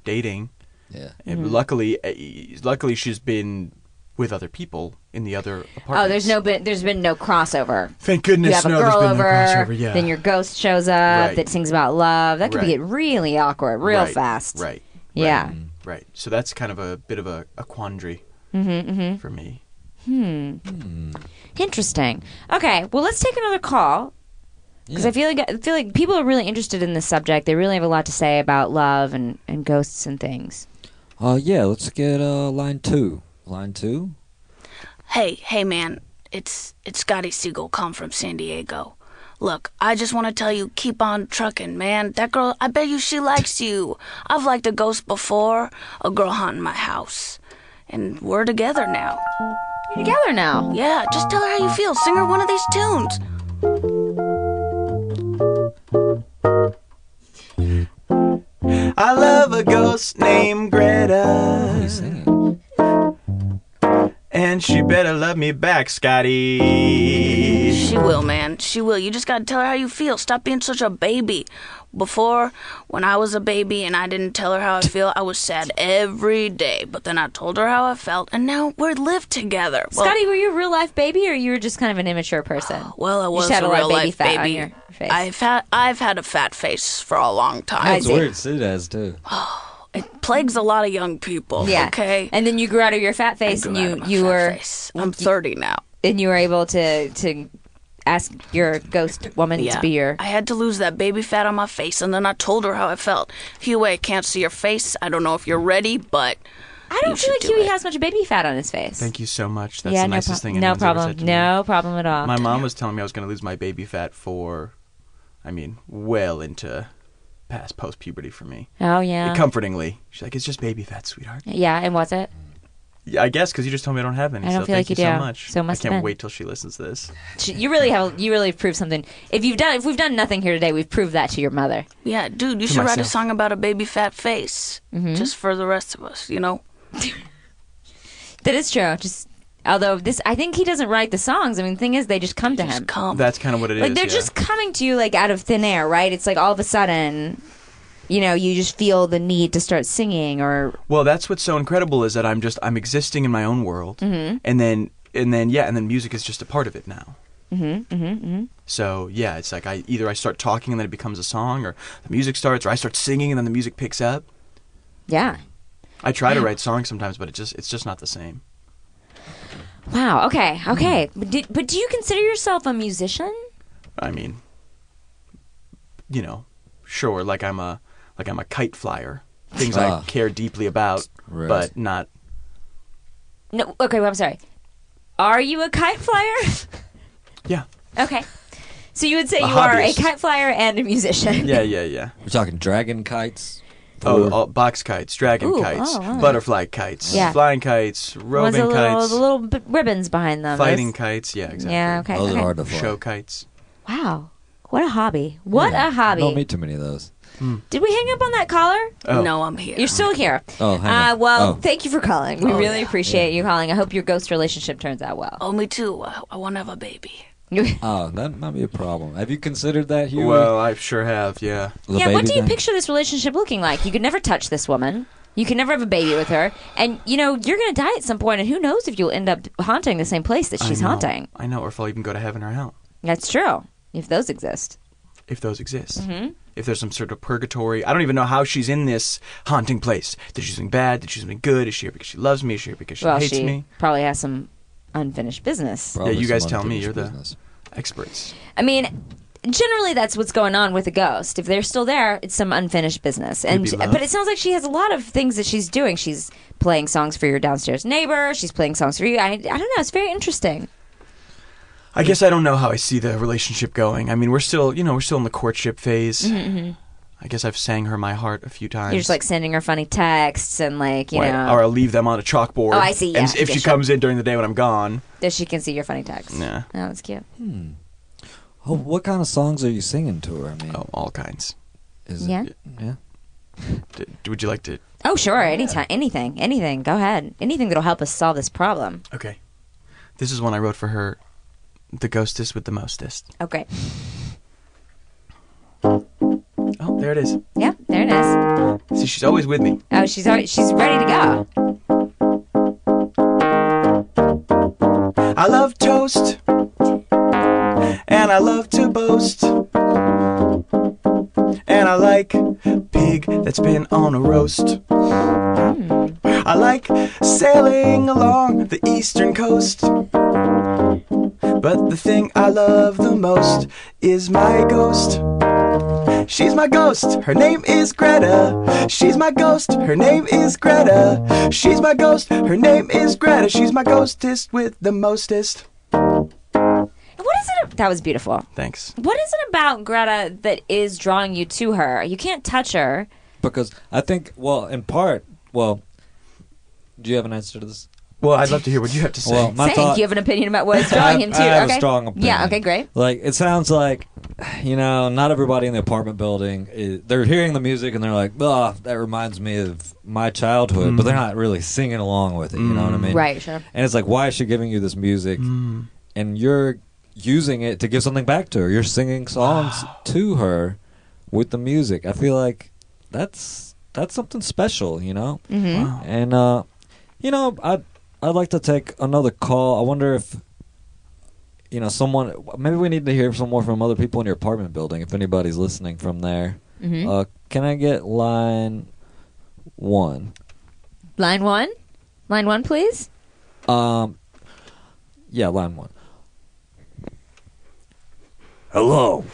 [SPEAKER 5] dating.
[SPEAKER 3] Yeah.
[SPEAKER 2] Mm-hmm.
[SPEAKER 5] And luckily, eh, luckily she's been with other people in the other apartment.
[SPEAKER 2] Oh, there's no been there's been no crossover.
[SPEAKER 5] Thank goodness.
[SPEAKER 2] you have
[SPEAKER 5] no,
[SPEAKER 2] a
[SPEAKER 5] there's
[SPEAKER 2] girl
[SPEAKER 5] been
[SPEAKER 2] over,
[SPEAKER 5] no crossover. Yeah.
[SPEAKER 2] then your ghost shows up
[SPEAKER 5] Right.
[SPEAKER 2] that sings about love. That could
[SPEAKER 5] Right.
[SPEAKER 2] get really awkward real
[SPEAKER 5] Right,
[SPEAKER 2] fast.
[SPEAKER 5] Right.
[SPEAKER 2] Yeah.
[SPEAKER 5] Right. So that's kind of a bit of a, a quandary
[SPEAKER 2] Mm-hmm,
[SPEAKER 5] for me.
[SPEAKER 2] Interesting. Okay, well, let's take another call because I feel like I feel like people are really interested in this subject. They really have a lot to say about love and, and ghosts and things.
[SPEAKER 3] Uh, yeah. Let's get uh line two. Line two.
[SPEAKER 1] Hey, hey, man. It's it's Scotty Siegel calling from San Diego. Look, I just want to tell you, keep on trucking, man. That girl, I bet you she likes you. I've liked a ghost before, a girl haunting my house. And we're together now.
[SPEAKER 2] You're together now.
[SPEAKER 1] Yeah, just tell her how you feel. Sing her one of these tunes.
[SPEAKER 5] I love a ghost named Greta,
[SPEAKER 2] Uh,
[SPEAKER 3] He's singing.
[SPEAKER 5] and she better love me back, Scotty.
[SPEAKER 1] She will, man. She will. You just gotta tell her how you feel. Stop being such a baby. Before, when I was a baby and I didn't tell her how I feel, I was sad every day. But then I told her how I felt, and now we're lived together. Well,
[SPEAKER 2] Scotty, were you a real life baby or you were just kind of an immature person?
[SPEAKER 1] (gasps) Well, I was
[SPEAKER 2] just had
[SPEAKER 1] a,
[SPEAKER 2] a lot
[SPEAKER 1] real
[SPEAKER 2] of baby
[SPEAKER 1] life
[SPEAKER 2] fat on
[SPEAKER 1] baby.
[SPEAKER 2] your face.
[SPEAKER 1] I've had I've had a fat face for a long time.
[SPEAKER 2] I
[SPEAKER 3] It's
[SPEAKER 2] see.
[SPEAKER 3] weird. Sid has too.
[SPEAKER 1] It plagues a lot of young people.
[SPEAKER 2] Yeah.
[SPEAKER 1] Okay.
[SPEAKER 2] And then you grew out of your fat
[SPEAKER 1] I
[SPEAKER 2] face,
[SPEAKER 1] grew
[SPEAKER 2] and
[SPEAKER 1] out of
[SPEAKER 2] you
[SPEAKER 1] my
[SPEAKER 2] you
[SPEAKER 1] fat
[SPEAKER 2] were
[SPEAKER 1] face. I'm 30 now.
[SPEAKER 2] and you were able to to ask your ghost woman to be your.
[SPEAKER 1] I had to lose that baby fat on my face, and then I told her how I felt. Huey, I can't see your face. I don't know if you're ready, but
[SPEAKER 2] I don't feel
[SPEAKER 1] you should
[SPEAKER 2] like
[SPEAKER 1] do
[SPEAKER 2] Huey
[SPEAKER 1] it.
[SPEAKER 2] has much baby fat on his face.
[SPEAKER 5] Thank you so much. That's
[SPEAKER 2] yeah,
[SPEAKER 5] the
[SPEAKER 2] no, prob-
[SPEAKER 5] nicest thing
[SPEAKER 2] no
[SPEAKER 5] anyone's ever
[SPEAKER 2] problem.
[SPEAKER 5] said to me.
[SPEAKER 2] No problem at all.
[SPEAKER 5] My mom was telling me I was going to lose my baby fat for, I mean, well into past post puberty for me.
[SPEAKER 2] oh yeah.
[SPEAKER 5] Comfortingly, she's like, "It's just baby fat, sweetheart."
[SPEAKER 2] yeah, and was it?
[SPEAKER 5] Yeah, I guess because you just told me I don't have any.
[SPEAKER 2] I don't
[SPEAKER 5] so
[SPEAKER 2] feel
[SPEAKER 5] thank
[SPEAKER 2] like
[SPEAKER 5] you
[SPEAKER 2] you
[SPEAKER 5] so
[SPEAKER 2] do.
[SPEAKER 5] much.
[SPEAKER 2] So it must
[SPEAKER 5] I
[SPEAKER 2] have
[SPEAKER 5] can't
[SPEAKER 2] been.
[SPEAKER 5] wait till she listens to this.
[SPEAKER 2] You really have. You really have proved something. If you've done, if we've done nothing here today, we've proved that to your mother.
[SPEAKER 1] yeah, dude, you should write a
[SPEAKER 5] myself.
[SPEAKER 1] song about a baby fat face just for the rest of us, you know?
[SPEAKER 2] That is true. Just although this, I think he doesn't write the songs. I mean, the thing is, they just come to him.
[SPEAKER 1] Just come.
[SPEAKER 5] That's kind of what it is.
[SPEAKER 2] like they're
[SPEAKER 5] yeah.
[SPEAKER 2] just coming to you like out of thin air, right? It's like all of a sudden, you know, you just feel the need to start singing or
[SPEAKER 5] Well, that's what's so incredible is that I'm just I'm existing in my own world, and then and then yeah, and then music is just a part of it now. Mm-hmm, mm-hmm, So yeah, it's like I either I start talking and then it becomes a song, or the music starts, or I start singing and then the music picks up.
[SPEAKER 2] yeah.
[SPEAKER 5] I try (gasps) to write songs sometimes, but it just it's just not the same.
[SPEAKER 2] Wow. Okay. Okay.
[SPEAKER 5] Hmm.
[SPEAKER 2] But, do, but do you consider yourself a musician?
[SPEAKER 5] I mean, you know, sure, like I'm a like I'm a kite flyer, things
[SPEAKER 3] Ah.
[SPEAKER 5] I care deeply about,
[SPEAKER 3] Right.
[SPEAKER 5] but not
[SPEAKER 2] No. Okay. Well, I'm sorry. Are you a kite flyer?
[SPEAKER 5] yeah,
[SPEAKER 2] okay. So you would say
[SPEAKER 5] A
[SPEAKER 2] you are a
[SPEAKER 5] hobbyist.
[SPEAKER 2] kite flyer and a musician. (laughs)
[SPEAKER 5] yeah, yeah, yeah.
[SPEAKER 3] We're talking dragon kites.
[SPEAKER 5] Oh,
[SPEAKER 3] Or-
[SPEAKER 5] all, box kites, dragon
[SPEAKER 2] Ooh,
[SPEAKER 5] kites,
[SPEAKER 2] oh, wow.
[SPEAKER 5] butterfly kites,
[SPEAKER 2] Yeah.
[SPEAKER 5] flying kites,
[SPEAKER 2] Ones
[SPEAKER 5] roving
[SPEAKER 2] with the little,
[SPEAKER 5] kites,
[SPEAKER 2] the little b- ribbons behind them.
[SPEAKER 5] fighting
[SPEAKER 2] Those-
[SPEAKER 5] kites. Yeah, exactly.
[SPEAKER 2] Yeah. Okay.
[SPEAKER 3] Those
[SPEAKER 2] okay.
[SPEAKER 3] are hard to fly.
[SPEAKER 5] Show kites.
[SPEAKER 2] Wow. What a hobby. What
[SPEAKER 3] Yeah.
[SPEAKER 2] a hobby.
[SPEAKER 3] Don't meet too many of those.
[SPEAKER 2] Did we hang up on that caller?
[SPEAKER 5] Oh.
[SPEAKER 1] No, I'm here.
[SPEAKER 2] You're still here.
[SPEAKER 3] Oh, hang
[SPEAKER 2] uh,
[SPEAKER 3] on.
[SPEAKER 2] well,
[SPEAKER 3] Oh.
[SPEAKER 2] thank you for calling. We
[SPEAKER 1] Oh,
[SPEAKER 2] really
[SPEAKER 1] yeah.
[SPEAKER 2] appreciate you calling. I hope your ghost relationship turns out well. (laughs)
[SPEAKER 1] Oh, me too. I, I want to have a baby.
[SPEAKER 3] Oh, that might be a problem. Have you considered that, Huey?
[SPEAKER 5] Well, I sure have. Yeah.
[SPEAKER 3] The
[SPEAKER 2] yeah, what
[SPEAKER 3] baby
[SPEAKER 2] do you
[SPEAKER 3] thing?
[SPEAKER 2] picture this relationship looking like? You could never touch this woman. You can never have a baby with her. And, you know, you're going to die at some point, and who knows if you'll end up haunting the same place that she's
[SPEAKER 5] I know.
[SPEAKER 2] haunting.
[SPEAKER 5] I know, or if I'll even go to heaven or hell,
[SPEAKER 2] That's true, if those exist.
[SPEAKER 5] if those exist.
[SPEAKER 2] Mm-hmm.
[SPEAKER 5] If there's some sort of purgatory, I don't even know how she's in this haunting place. Did she do something bad? Did she do something good? Is she here because she loves me? Is she here because she
[SPEAKER 2] well,
[SPEAKER 5] hates
[SPEAKER 2] she
[SPEAKER 5] me?
[SPEAKER 2] probably has some unfinished business.
[SPEAKER 3] Probably
[SPEAKER 5] Yeah, you guys
[SPEAKER 3] some
[SPEAKER 5] tell me.
[SPEAKER 3] unfinished
[SPEAKER 5] You're the-
[SPEAKER 3] business.
[SPEAKER 5] Experts.
[SPEAKER 2] I mean, generally that's what's going on with a ghost. If they're still there, it's some unfinished business. And
[SPEAKER 5] Could be love.
[SPEAKER 2] but it sounds like she has a lot of things that she's doing. She's playing songs for your downstairs neighbor. She's playing songs for you. I, I don't know. It's very interesting.
[SPEAKER 5] I guess I don't know how I see the relationship going. I mean, we're still, you know, we're still in the courtship phase. I guess I've sang her my heart a few times.
[SPEAKER 2] Mm-hmm, You're just like sending her funny texts and like you
[SPEAKER 5] Why-
[SPEAKER 2] know
[SPEAKER 5] or I'll leave them on a chalkboard.
[SPEAKER 2] Oh, I see,
[SPEAKER 5] And
[SPEAKER 2] yeah,
[SPEAKER 5] if
[SPEAKER 2] yeah,
[SPEAKER 5] she
[SPEAKER 2] sure.
[SPEAKER 5] comes in during the day when I'm gone,
[SPEAKER 2] that she can see your funny texts.
[SPEAKER 5] Yeah.
[SPEAKER 2] oh, that's cute.
[SPEAKER 3] Oh, what kind of songs are you singing to her? I mean,
[SPEAKER 5] oh, all kinds.
[SPEAKER 3] is
[SPEAKER 2] Yeah.
[SPEAKER 3] It, yeah.
[SPEAKER 5] D- would you like to?
[SPEAKER 2] Oh, sure. Anytime, anything, anything. Go ahead. Anything that'll help us solve this problem.
[SPEAKER 5] Okay, this is one I wrote for her. The ghostest with the mostest.
[SPEAKER 2] Oh, great.
[SPEAKER 5] Oh, there it is.
[SPEAKER 2] Yeah, there it is.
[SPEAKER 5] See, she's always with me.
[SPEAKER 2] Oh, she's already, she's ready to go.
[SPEAKER 5] I love toast, and I love to boast, and I like pig that's been on a roast. I like sailing along the eastern coast. But the thing I love the most is my ghost. She's my ghost, her name is Greta. She's my ghost, her name is Greta. She's my ghost, her name is Greta. She's my ghostest with the mostest.
[SPEAKER 2] What is it? That was beautiful.
[SPEAKER 5] Thanks.
[SPEAKER 2] What is it about Greta that is drawing you to her? You can't touch her.
[SPEAKER 3] Because I think, well, in part, well, do you have an answer to this?
[SPEAKER 5] Well, I'd love to hear what you have to say.
[SPEAKER 3] Well, my
[SPEAKER 2] Saying
[SPEAKER 3] thought.
[SPEAKER 2] you have an opinion about what is
[SPEAKER 3] I,
[SPEAKER 2] drawing him to.
[SPEAKER 3] I have
[SPEAKER 2] okay.
[SPEAKER 3] a strong opinion.
[SPEAKER 2] Yeah. Okay. Great.
[SPEAKER 3] Like it sounds like, you know, not everybody in the apartment building. Is, they're hearing the music and they're like, "Oh, that reminds me of my childhood," but they're not really singing along with it. You know what I mean?
[SPEAKER 2] Mm. Right. Sure.
[SPEAKER 3] And it's like, why is she giving you this music? And you're using it to give something back to her. You're singing songs to her with the music. I feel like that's that's something special, you know.
[SPEAKER 2] Mm-hmm.
[SPEAKER 3] And uh, you know, I'd I'd like to take another call. I wonder if you know someone. Maybe we need to hear some more from other people in your apartment building. If anybody's listening from there,
[SPEAKER 2] Mhm.
[SPEAKER 3] uh, can I get line one?
[SPEAKER 2] Line one. Line one, please.
[SPEAKER 3] Um, yeah, line one. Hello.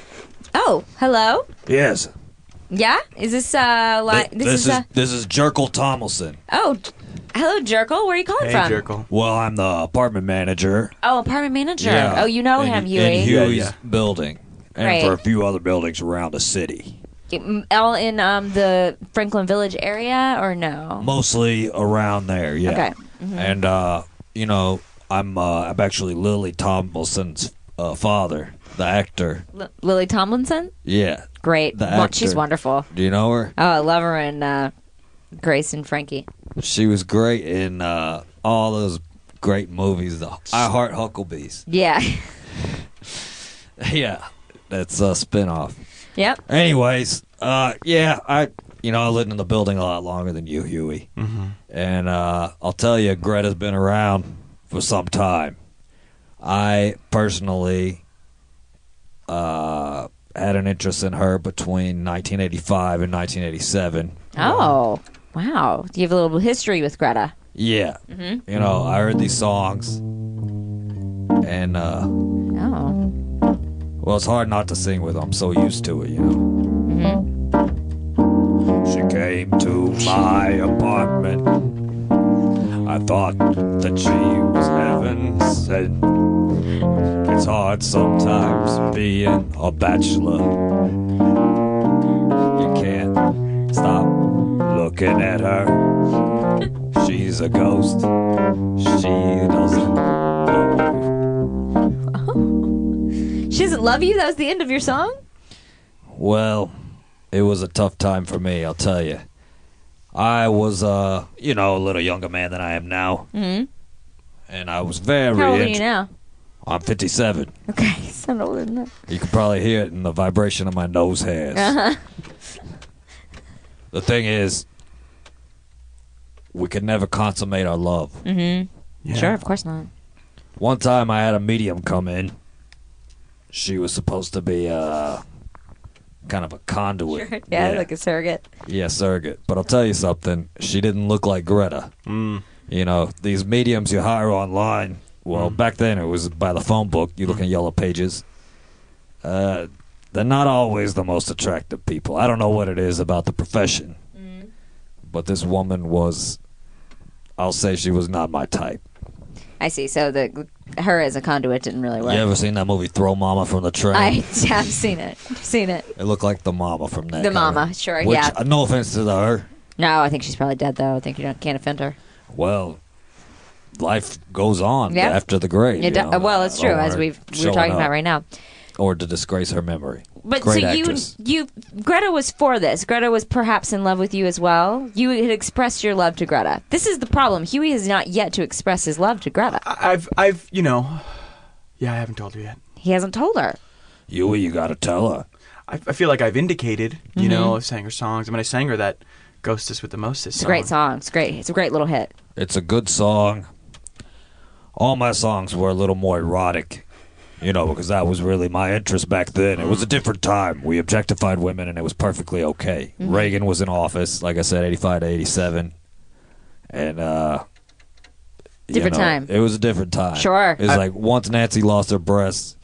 [SPEAKER 2] Oh, hello.
[SPEAKER 3] Yes.
[SPEAKER 2] Yeah. Is this uh? Li- this, is, uh.
[SPEAKER 3] this is Jerkle Tomlinson.
[SPEAKER 2] Oh, j- hello, Jerkle. Where are you calling
[SPEAKER 5] hey,
[SPEAKER 2] from?
[SPEAKER 5] Jerkle.
[SPEAKER 3] Well, I'm the apartment manager.
[SPEAKER 2] Oh, apartment manager. Oh, you know
[SPEAKER 3] in-
[SPEAKER 2] him,
[SPEAKER 3] In
[SPEAKER 2] Huey.
[SPEAKER 3] Huey's
[SPEAKER 5] Yeah, yeah.
[SPEAKER 3] building, and
[SPEAKER 2] Right.
[SPEAKER 3] for a few other buildings around the city,
[SPEAKER 2] Mm, All in um the Franklin Village area, or no?
[SPEAKER 3] mostly around there. Yeah.
[SPEAKER 2] Okay.
[SPEAKER 3] And uh, you know, I'm uh, I'm actually Lily Tomlinson's uh, father, the actor.
[SPEAKER 2] L- Lily Tomlinson.
[SPEAKER 3] Yeah.
[SPEAKER 2] Great.
[SPEAKER 3] The
[SPEAKER 2] Well, she's
[SPEAKER 3] actor.
[SPEAKER 2] wonderful.
[SPEAKER 3] Do you know her?
[SPEAKER 2] Oh, I love her and uh, Grace and Frankie.
[SPEAKER 3] She was great in uh, all those great movies. The I Heart Hucklebees. (laughs)
[SPEAKER 2] Yeah. (laughs)
[SPEAKER 3] yeah. That's a spinoff.
[SPEAKER 2] yep.
[SPEAKER 3] Anyways, uh, yeah, I you know I lived in the building a lot longer than you, Huey, mm-hmm. and uh, I'll tell you, Greta's been around for some time. I personally uh, had an interest in her between 1985 and 1987.
[SPEAKER 2] Oh, wow. Do you have a little history with Greta?
[SPEAKER 3] Yeah, you know I heard these songs, and uh,
[SPEAKER 2] Oh.
[SPEAKER 3] Well, it's hard not to sing with. I'm so used to it, you know. She came to my apartment. I thought that she was heaven sent. It's hard sometimes being a bachelor. You can't stop looking at her. She's a ghost. She doesn't love you.
[SPEAKER 2] She doesn't love you? That was the end of your song?
[SPEAKER 3] Well, it was a tough time for me, I'll tell you. I was, uh, you know, a little younger man than I am now,
[SPEAKER 2] hmm
[SPEAKER 3] and I was very.
[SPEAKER 2] How old are you
[SPEAKER 3] int-
[SPEAKER 2] now?
[SPEAKER 3] I'm 57.
[SPEAKER 2] Okay, (laughs) so not old enough.
[SPEAKER 3] You can probably hear it in the vibration of my nose hairs.
[SPEAKER 2] Uh-huh.
[SPEAKER 3] The thing is, we could never consummate our love.
[SPEAKER 2] Mm-hmm.
[SPEAKER 5] Yeah.
[SPEAKER 2] Sure, of course not.
[SPEAKER 3] One time I had a medium come in. She was supposed to be uh kind of a conduit.
[SPEAKER 2] (laughs) Yeah, like a surrogate.
[SPEAKER 3] yeah, surrogate. But I'll tell you something, she didn't look like Greta.
[SPEAKER 5] Mm.
[SPEAKER 3] You know, these mediums you hire online. Well, back then it was by the phone book. You look in yellow pages. Uh, they're not always the most attractive people. I don't know what it is about the profession,
[SPEAKER 2] Mm.
[SPEAKER 3] but this woman was. I'll say she was not my type.
[SPEAKER 2] I see. So the her as a conduit didn't really work.
[SPEAKER 3] You ever seen that movie Throw Mama from the Train?
[SPEAKER 2] I (laughs) have seen it. Seen it.
[SPEAKER 3] It looked like the mama from that.
[SPEAKER 2] The
[SPEAKER 3] kind of-
[SPEAKER 2] mama, sure,
[SPEAKER 3] Which,
[SPEAKER 2] yeah.
[SPEAKER 3] uh, No offense to her.
[SPEAKER 2] No, I think she's probably dead though. I think you don't, can't offend her.
[SPEAKER 3] Well, life goes on
[SPEAKER 2] Yeah.
[SPEAKER 3] after the grave.
[SPEAKER 2] It
[SPEAKER 3] you
[SPEAKER 2] do-
[SPEAKER 3] know,
[SPEAKER 2] well, it's true,
[SPEAKER 3] or
[SPEAKER 2] as we've we were
[SPEAKER 3] showing
[SPEAKER 2] talking about
[SPEAKER 3] up,
[SPEAKER 2] right now.
[SPEAKER 3] Or to disgrace her memory.
[SPEAKER 2] But
[SPEAKER 3] Great
[SPEAKER 2] so
[SPEAKER 3] actress.
[SPEAKER 2] you, you, Greta was for this. Greta was perhaps in love with you as well. You had expressed your love to Greta. This is the problem. Huey has not yet to express his love to Greta.
[SPEAKER 5] I- I've, I've, you know, yeah, I haven't told her yet.
[SPEAKER 2] He hasn't told her.
[SPEAKER 3] Yui, you gotta tell her.
[SPEAKER 5] I, I feel like I've indicated, you
[SPEAKER 3] Mm-hmm.
[SPEAKER 5] know, I sang her songs. I mean, I sang her that "Ghostess with the Mostess"
[SPEAKER 2] It's a great
[SPEAKER 3] Uh-huh.
[SPEAKER 2] song. It's great. It's a great little hit.
[SPEAKER 3] It's a good song. All my songs were a little more erotic, you know, because that was really my interest back then. It was a different time. We objectified women, and it was perfectly okay.
[SPEAKER 2] Mm-hmm.
[SPEAKER 3] Reagan was in office, like I said, eighty-five to eighty-seven, and uh, you
[SPEAKER 2] Different
[SPEAKER 3] know,
[SPEAKER 2] time.
[SPEAKER 3] It was a different time.
[SPEAKER 2] Sure.
[SPEAKER 3] it's like once Nancy lost her breasts,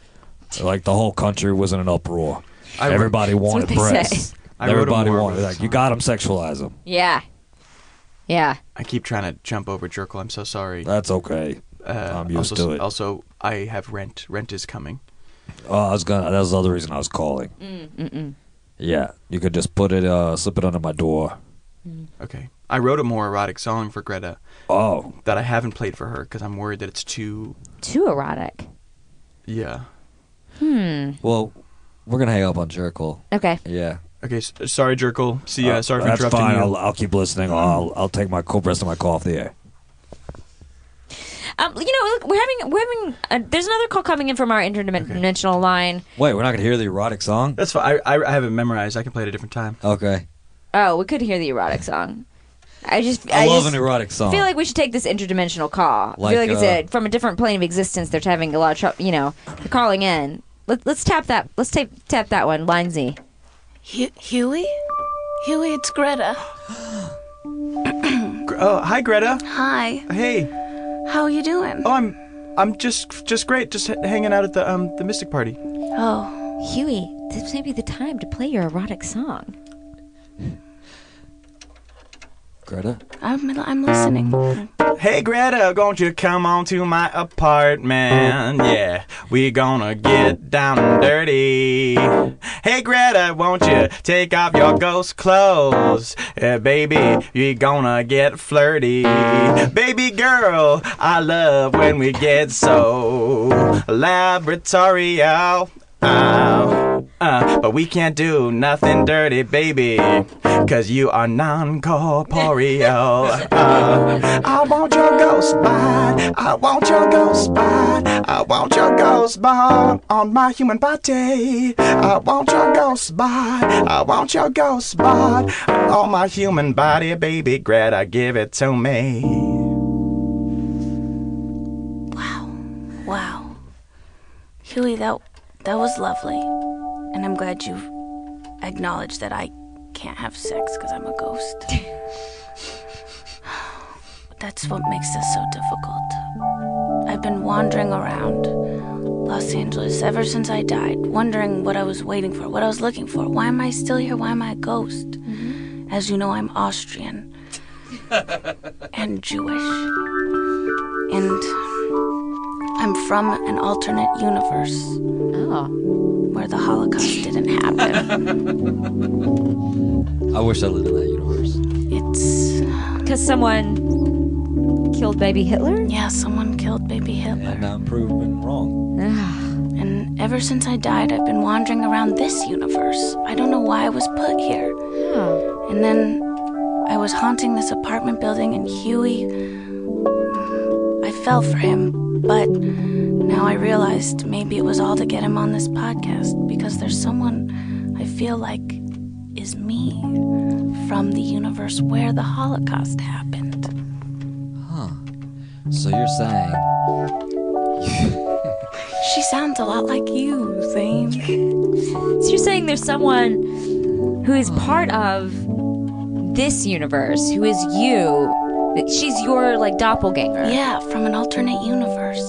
[SPEAKER 3] like the whole country was in an uproar.
[SPEAKER 5] I wrote-
[SPEAKER 3] Everybody wanted
[SPEAKER 2] they say.
[SPEAKER 3] breasts.
[SPEAKER 5] I wrote a
[SPEAKER 3] Everybody
[SPEAKER 5] war
[SPEAKER 3] wanted
[SPEAKER 5] about
[SPEAKER 3] like
[SPEAKER 5] the
[SPEAKER 3] you
[SPEAKER 5] song.
[SPEAKER 3] got them, sexualize them.
[SPEAKER 2] Yeah. Yeah.
[SPEAKER 5] I keep trying to jump over Jerkle. I'm so sorry.
[SPEAKER 3] That's okay.
[SPEAKER 5] Uh,
[SPEAKER 3] I'm used
[SPEAKER 5] also,
[SPEAKER 3] to it.
[SPEAKER 5] Also, I have rent. Rent is coming.
[SPEAKER 3] Oh, I was gonna. That was the other reason I was calling.
[SPEAKER 2] Mm,
[SPEAKER 3] Yeah, you could just put it, uh, slip it under my door.
[SPEAKER 5] Okay. I wrote a more erotic song for Greta
[SPEAKER 3] Oh,
[SPEAKER 5] that I haven't played for her because I'm worried that it's too.
[SPEAKER 2] Too erotic.
[SPEAKER 5] Yeah.
[SPEAKER 3] well, we're gonna hang up on Jerkle.
[SPEAKER 2] Okay.
[SPEAKER 3] Yeah,
[SPEAKER 5] Okay. S- sorry, Jerkle. See ya.
[SPEAKER 3] Uh,
[SPEAKER 5] sorry for
[SPEAKER 3] that's
[SPEAKER 5] interrupting
[SPEAKER 3] fine.
[SPEAKER 5] you.
[SPEAKER 3] I'll, I'll keep listening. I'll I'll take my cold rest of my call off the air.
[SPEAKER 2] Um, you know, look, we're having we're having. Uh, there's another call coming in from our interdimensional line.
[SPEAKER 3] Wait, we're not gonna hear the erotic song.
[SPEAKER 5] That's fine. I, I, I haven't memorized. I can play it a different time.
[SPEAKER 3] Okay,
[SPEAKER 2] Oh, we could hear the erotic song. I just
[SPEAKER 3] I,
[SPEAKER 2] I,
[SPEAKER 3] love
[SPEAKER 2] just
[SPEAKER 3] an erotic song.
[SPEAKER 2] feel like we should take this interdimensional call. I
[SPEAKER 3] Oh. Like,
[SPEAKER 2] feel like it's a,
[SPEAKER 3] uh,
[SPEAKER 2] from a different plane of existence. They're having a lot of trouble. You know, they're calling in. Let, let's tap that. Let's tap tap that one. Line Z.
[SPEAKER 1] Hu Huey? Huey, it's Greta.
[SPEAKER 5] Gr- Oh, hi, Greta.
[SPEAKER 1] Hi.
[SPEAKER 5] Hey.
[SPEAKER 1] How are you doing?
[SPEAKER 5] Oh, I'm. I'm just just great. Just h- hanging out at the um the Mystic Party.
[SPEAKER 1] Oh,
[SPEAKER 2] Huey, this may be the time to play your erotic song.
[SPEAKER 3] Greta.
[SPEAKER 1] I'm, I'm listening.
[SPEAKER 5] Hey Greta, going to come on to my apartment? Yeah, we gonna get down and dirty. Hey Greta, won't you take off your ghost clothes? Yeah, baby, we gonna get flirty. Baby girl, I love when we get so laboratory. Oh, uh, but we can't do nothing dirty, baby, cause you are non corporeal. Uh, I want your ghost bite. I want your ghost bite. I want your ghost bite on my human body. I want your ghost bite. I want your ghost bite on my human body, baby. Greta, give it to me.
[SPEAKER 1] Wow. Huey, that, that was lovely. And I'm glad you acknowledged that I can't have sex because I'm a ghost. That's what makes this so difficult. I've been wandering around Los Angeles ever since I died, wondering what I was waiting for, what I was looking for. Why am I still here? Why am I a ghost? As you know, I'm Austrian and Jewish. And I'm from an alternate universe
[SPEAKER 2] Oh,
[SPEAKER 1] where the Holocaust didn't happen.
[SPEAKER 3] I wish I lived in that universe.
[SPEAKER 1] It's.
[SPEAKER 2] because someone killed baby Hitler.
[SPEAKER 1] Yeah, someone killed baby Hitler.
[SPEAKER 3] And I'm proven wrong.
[SPEAKER 1] And, and ever since I died, I've been wandering around this universe. I don't know why I was put here.
[SPEAKER 4] Oh.
[SPEAKER 1] And then I was haunting this apartment building, and Huey. I fell for him, but now I realized maybe it was all to get him on this podcast because there's someone I feel like is me from the universe where the Holocaust happened.
[SPEAKER 3] So you're saying
[SPEAKER 1] She sounds a lot like you, Zane.
[SPEAKER 2] So you're saying there's someone who is part of this universe, who is you. that She's your like doppelganger.
[SPEAKER 1] Yeah, from an alternate universe.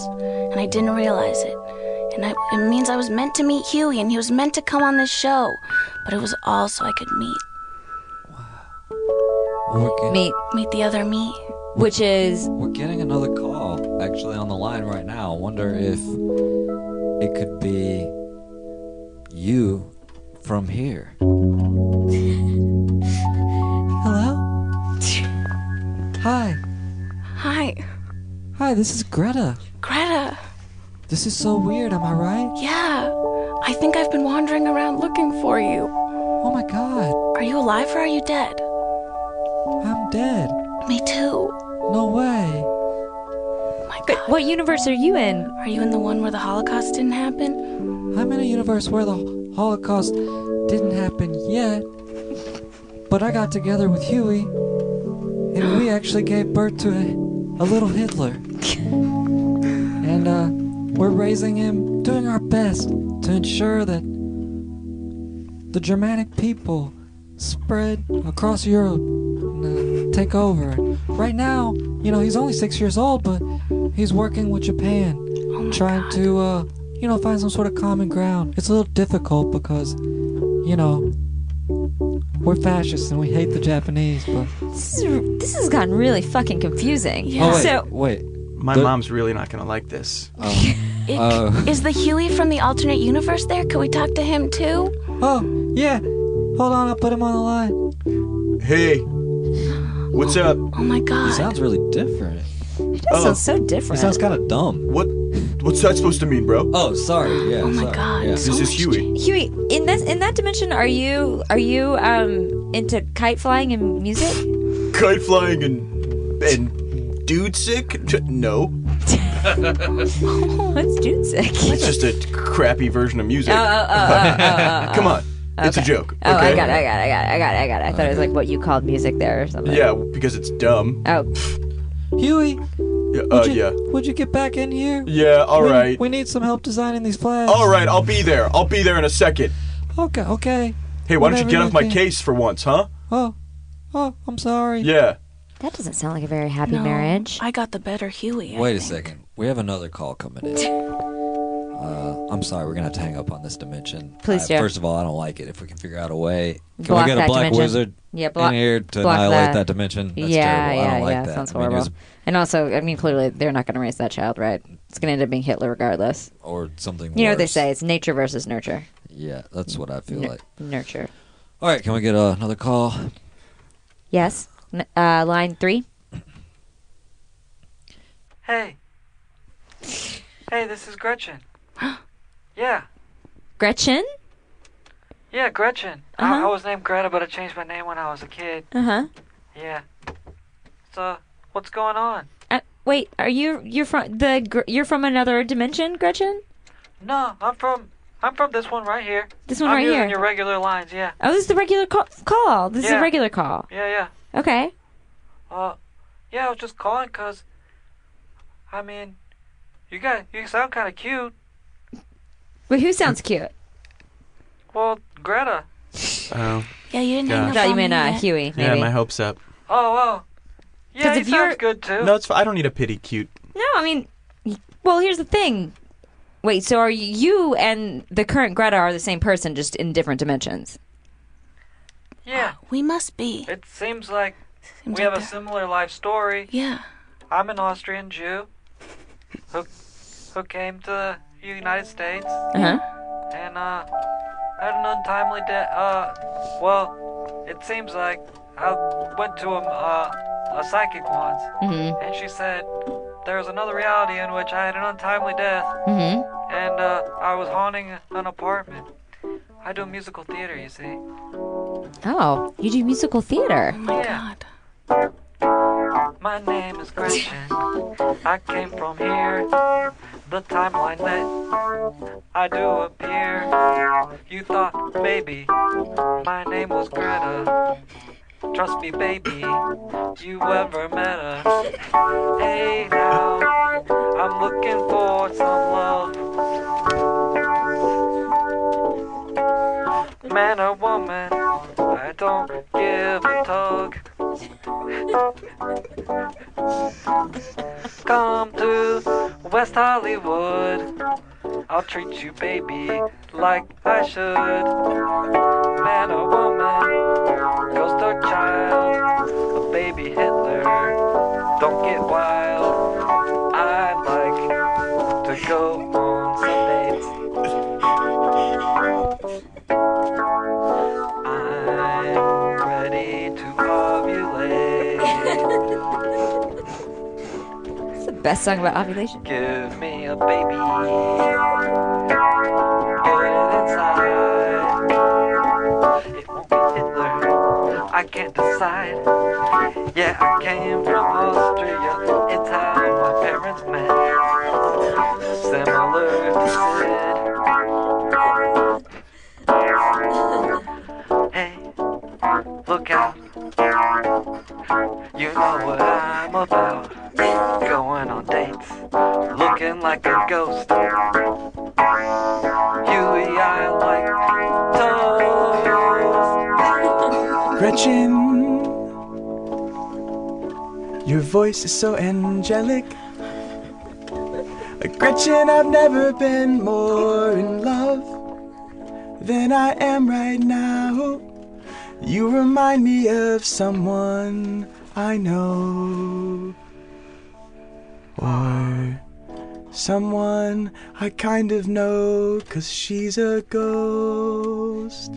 [SPEAKER 1] And I didn't realize it. And I, it means I was meant to meet Huey, and he was meant to come on this show. But it was all so I could meet
[SPEAKER 3] we're getting,
[SPEAKER 2] Me,
[SPEAKER 1] meet the other me.
[SPEAKER 2] which is
[SPEAKER 3] we're getting another call actually on the line right now. I wonder if it could be you from here. Hello. Hi.
[SPEAKER 1] Hi,
[SPEAKER 3] Hi. This is Greta.
[SPEAKER 1] Greta.
[SPEAKER 3] This is so weird. Am I right?
[SPEAKER 1] Yeah, I think I've been wandering around looking for you.
[SPEAKER 3] Oh my God.
[SPEAKER 1] Are you alive or are you dead?
[SPEAKER 3] I'm dead.
[SPEAKER 1] Me too.
[SPEAKER 3] No way.
[SPEAKER 1] Oh my
[SPEAKER 2] but
[SPEAKER 1] God.
[SPEAKER 2] what universe are you in?
[SPEAKER 1] Are you in the one where the Holocaust didn't happen?
[SPEAKER 3] I'm in a universe where the Holocaust didn't happen yet, but I got together with Huey, and we actually gave birth to a, a little Hitler. And uh, we're raising him, doing our best to ensure that the Germanic people spread across Europe and uh, take over. Right now, you know, he's only six years old, but he's working with Japan
[SPEAKER 1] Oh my
[SPEAKER 3] trying
[SPEAKER 1] God.
[SPEAKER 3] to uh you know find some sort of common ground it's a little difficult because you know we're fascists and we hate the japanese but
[SPEAKER 2] This is this has gotten really fucking confusing.
[SPEAKER 1] Yeah.
[SPEAKER 3] oh wait
[SPEAKER 2] So
[SPEAKER 3] wait
[SPEAKER 5] My
[SPEAKER 3] The-
[SPEAKER 5] mom's really not gonna like this.
[SPEAKER 1] Ick. (laughs)
[SPEAKER 3] Oh.
[SPEAKER 1] Is the Huey from the alternate universe there? Could we talk to him too?
[SPEAKER 3] oh yeah hold on i'll put him on the line
[SPEAKER 5] Hey, what's up?
[SPEAKER 1] Oh my God.
[SPEAKER 3] really different
[SPEAKER 2] it does
[SPEAKER 5] Oh.
[SPEAKER 2] sound so different.
[SPEAKER 3] kind of dumb
[SPEAKER 5] What? What's that supposed to mean, bro?
[SPEAKER 3] oh sorry yeah
[SPEAKER 1] Oh my God. So
[SPEAKER 5] This is
[SPEAKER 1] much
[SPEAKER 5] Huey.
[SPEAKER 1] change.
[SPEAKER 2] Huey, in that in that dimension, are you are you um into kite flying and music? (laughs)
[SPEAKER 5] Kite flying and and dude sick? J- No,
[SPEAKER 2] What's dude sick?
[SPEAKER 5] it's
[SPEAKER 2] (laughs)
[SPEAKER 5] just a crappy version of music. Come on, it's a joke.
[SPEAKER 2] Oh, I
[SPEAKER 5] okay?
[SPEAKER 2] got it, I got it, I got it, I got it, I got it. I thought it was like what you called music there or something.
[SPEAKER 5] Yeah, because it's dumb.
[SPEAKER 2] Oh,
[SPEAKER 3] huey
[SPEAKER 5] Yeah, uh,
[SPEAKER 3] would you,
[SPEAKER 5] yeah,
[SPEAKER 3] would you get back in here
[SPEAKER 5] yeah. All
[SPEAKER 3] we,
[SPEAKER 5] right,
[SPEAKER 3] we need some help designing these flags
[SPEAKER 5] all right. I'll be there. I'll be there in a second.
[SPEAKER 3] okay okay
[SPEAKER 5] Hey, why don't
[SPEAKER 3] Whatever
[SPEAKER 5] you get
[SPEAKER 3] you
[SPEAKER 5] off my
[SPEAKER 3] think.
[SPEAKER 5] case for once, huh?
[SPEAKER 3] oh oh i'm sorry
[SPEAKER 5] Yeah.
[SPEAKER 4] That doesn't sound like a very happy
[SPEAKER 1] No,
[SPEAKER 4] marriage.
[SPEAKER 1] I got the better Huey. I
[SPEAKER 3] Wait a
[SPEAKER 1] think.
[SPEAKER 3] second. We have another call coming in. Uh, I'm sorry, we're gonna have to hang up on this dimension.
[SPEAKER 2] Please
[SPEAKER 3] I-
[SPEAKER 2] do.
[SPEAKER 3] First of all, I don't like it. If we can figure out a way, can
[SPEAKER 2] Block
[SPEAKER 3] we get a
[SPEAKER 2] that
[SPEAKER 3] black
[SPEAKER 2] dimension.
[SPEAKER 3] wizard
[SPEAKER 2] Yeah, block-
[SPEAKER 3] in here to
[SPEAKER 2] block
[SPEAKER 3] annihilate that,
[SPEAKER 2] that.
[SPEAKER 3] dimension? That's
[SPEAKER 2] yeah,
[SPEAKER 3] terrible. I
[SPEAKER 2] yeah,
[SPEAKER 3] don't like
[SPEAKER 2] yeah.
[SPEAKER 3] that.
[SPEAKER 2] Sounds
[SPEAKER 3] I mean, it
[SPEAKER 2] horrible.
[SPEAKER 3] was-
[SPEAKER 2] and also, I mean, clearly they're not going to raise that child right. It's going to end up being Hitler regardless.
[SPEAKER 3] or something.
[SPEAKER 2] You know what they
[SPEAKER 3] worse.
[SPEAKER 2] say? It's nature versus nurture.
[SPEAKER 3] Yeah, that's what I feel
[SPEAKER 2] Nur-
[SPEAKER 3] like.
[SPEAKER 2] nurture.
[SPEAKER 3] All right, can we get uh, another call?
[SPEAKER 2] Yes. N- uh, line three.
[SPEAKER 6] Hey. Hey, this
[SPEAKER 2] (gasps)
[SPEAKER 6] is Gretchen. yeah.
[SPEAKER 2] Gretchen.
[SPEAKER 6] Yeah, Gretchen. I,
[SPEAKER 2] Uh-huh.
[SPEAKER 6] I was named Greta, but I changed my name when I was a kid.
[SPEAKER 2] Uh
[SPEAKER 1] Uh-huh.
[SPEAKER 2] huh.
[SPEAKER 6] Yeah. So, what's going on?
[SPEAKER 2] Uh, wait, are you you're from the gr- you're from another dimension, Gretchen?
[SPEAKER 6] No, I'm from I'm from this one right here.
[SPEAKER 2] This one
[SPEAKER 6] I'm
[SPEAKER 2] right
[SPEAKER 6] using
[SPEAKER 2] here.
[SPEAKER 6] your regular lines, yeah.
[SPEAKER 2] Oh, this is the regular call. call. This is
[SPEAKER 6] Yeah.
[SPEAKER 2] a regular call.
[SPEAKER 6] Yeah, yeah.
[SPEAKER 2] Okay.
[SPEAKER 6] Uh, yeah, I was just calling 'cause I mean, you got you sound kind of cute.
[SPEAKER 2] But who sounds cute?
[SPEAKER 6] Well, Greta.
[SPEAKER 5] Oh,
[SPEAKER 1] Yeah, you didn't
[SPEAKER 5] Yeah.
[SPEAKER 2] I
[SPEAKER 1] hang
[SPEAKER 2] thought
[SPEAKER 1] up
[SPEAKER 2] you
[SPEAKER 1] on
[SPEAKER 2] meant
[SPEAKER 1] me
[SPEAKER 2] uh,
[SPEAKER 1] yet.
[SPEAKER 2] Huey. Maybe.
[SPEAKER 5] yeah. My hopes up.
[SPEAKER 6] Oh, well. Yeah,
[SPEAKER 2] 'Cause
[SPEAKER 6] he
[SPEAKER 2] if you're-
[SPEAKER 6] sounds good too.
[SPEAKER 5] No, it's. fi- I don't need a pity cute.
[SPEAKER 2] No, I mean, well, here's the thing. Wait, so are you and the current Greta are the same person, just in different dimensions?
[SPEAKER 6] Yeah.
[SPEAKER 1] We must be.
[SPEAKER 6] It seems like
[SPEAKER 1] Seems
[SPEAKER 6] we have
[SPEAKER 1] like
[SPEAKER 6] a
[SPEAKER 1] that.
[SPEAKER 6] similar life story.
[SPEAKER 1] Yeah.
[SPEAKER 6] I'm an Austrian Jew who, who came to the United States
[SPEAKER 2] Uh huh.
[SPEAKER 6] and uh, had an untimely death. Uh, well, it seems like I went to a, uh, a psychic once
[SPEAKER 2] Mm
[SPEAKER 6] and she said there was another reality in which I had an untimely death
[SPEAKER 2] hmm. Mm hmm.
[SPEAKER 6] and uh, I was haunting an apartment. I do musical theater, you see.
[SPEAKER 2] Oh, you do musical theater.
[SPEAKER 1] Oh my god.
[SPEAKER 6] My name is Gretchen. I came from here, the timeline that I do appear. You thought maybe my name was Greta. Trust me, baby, you ever met her. Hey now, I'm looking for some love. Man or woman, I don't give a tug. Come to West Hollywood. I'll treat you, baby, like I should. Man or woman, ghost or child, a baby Hitler. Don't get wild. I like to go on some dates. I'm ready to ovulate.
[SPEAKER 2] It's the best song about ovulation.
[SPEAKER 6] Give me a baby. Put it inside. It won't be Hitler. I can't decide. Yeah, I came from Austria. It's how my parents met. Similar to Sid. Hey, look out. You know what I'm about. Going on dates, looking like a ghost. Huey, I like toast.
[SPEAKER 5] Gretchen, your voice is so angelic. Gretchen, I've never been more in love than I am right now. You remind me of someone I know. Or someone I kind of know, cause she's a ghost.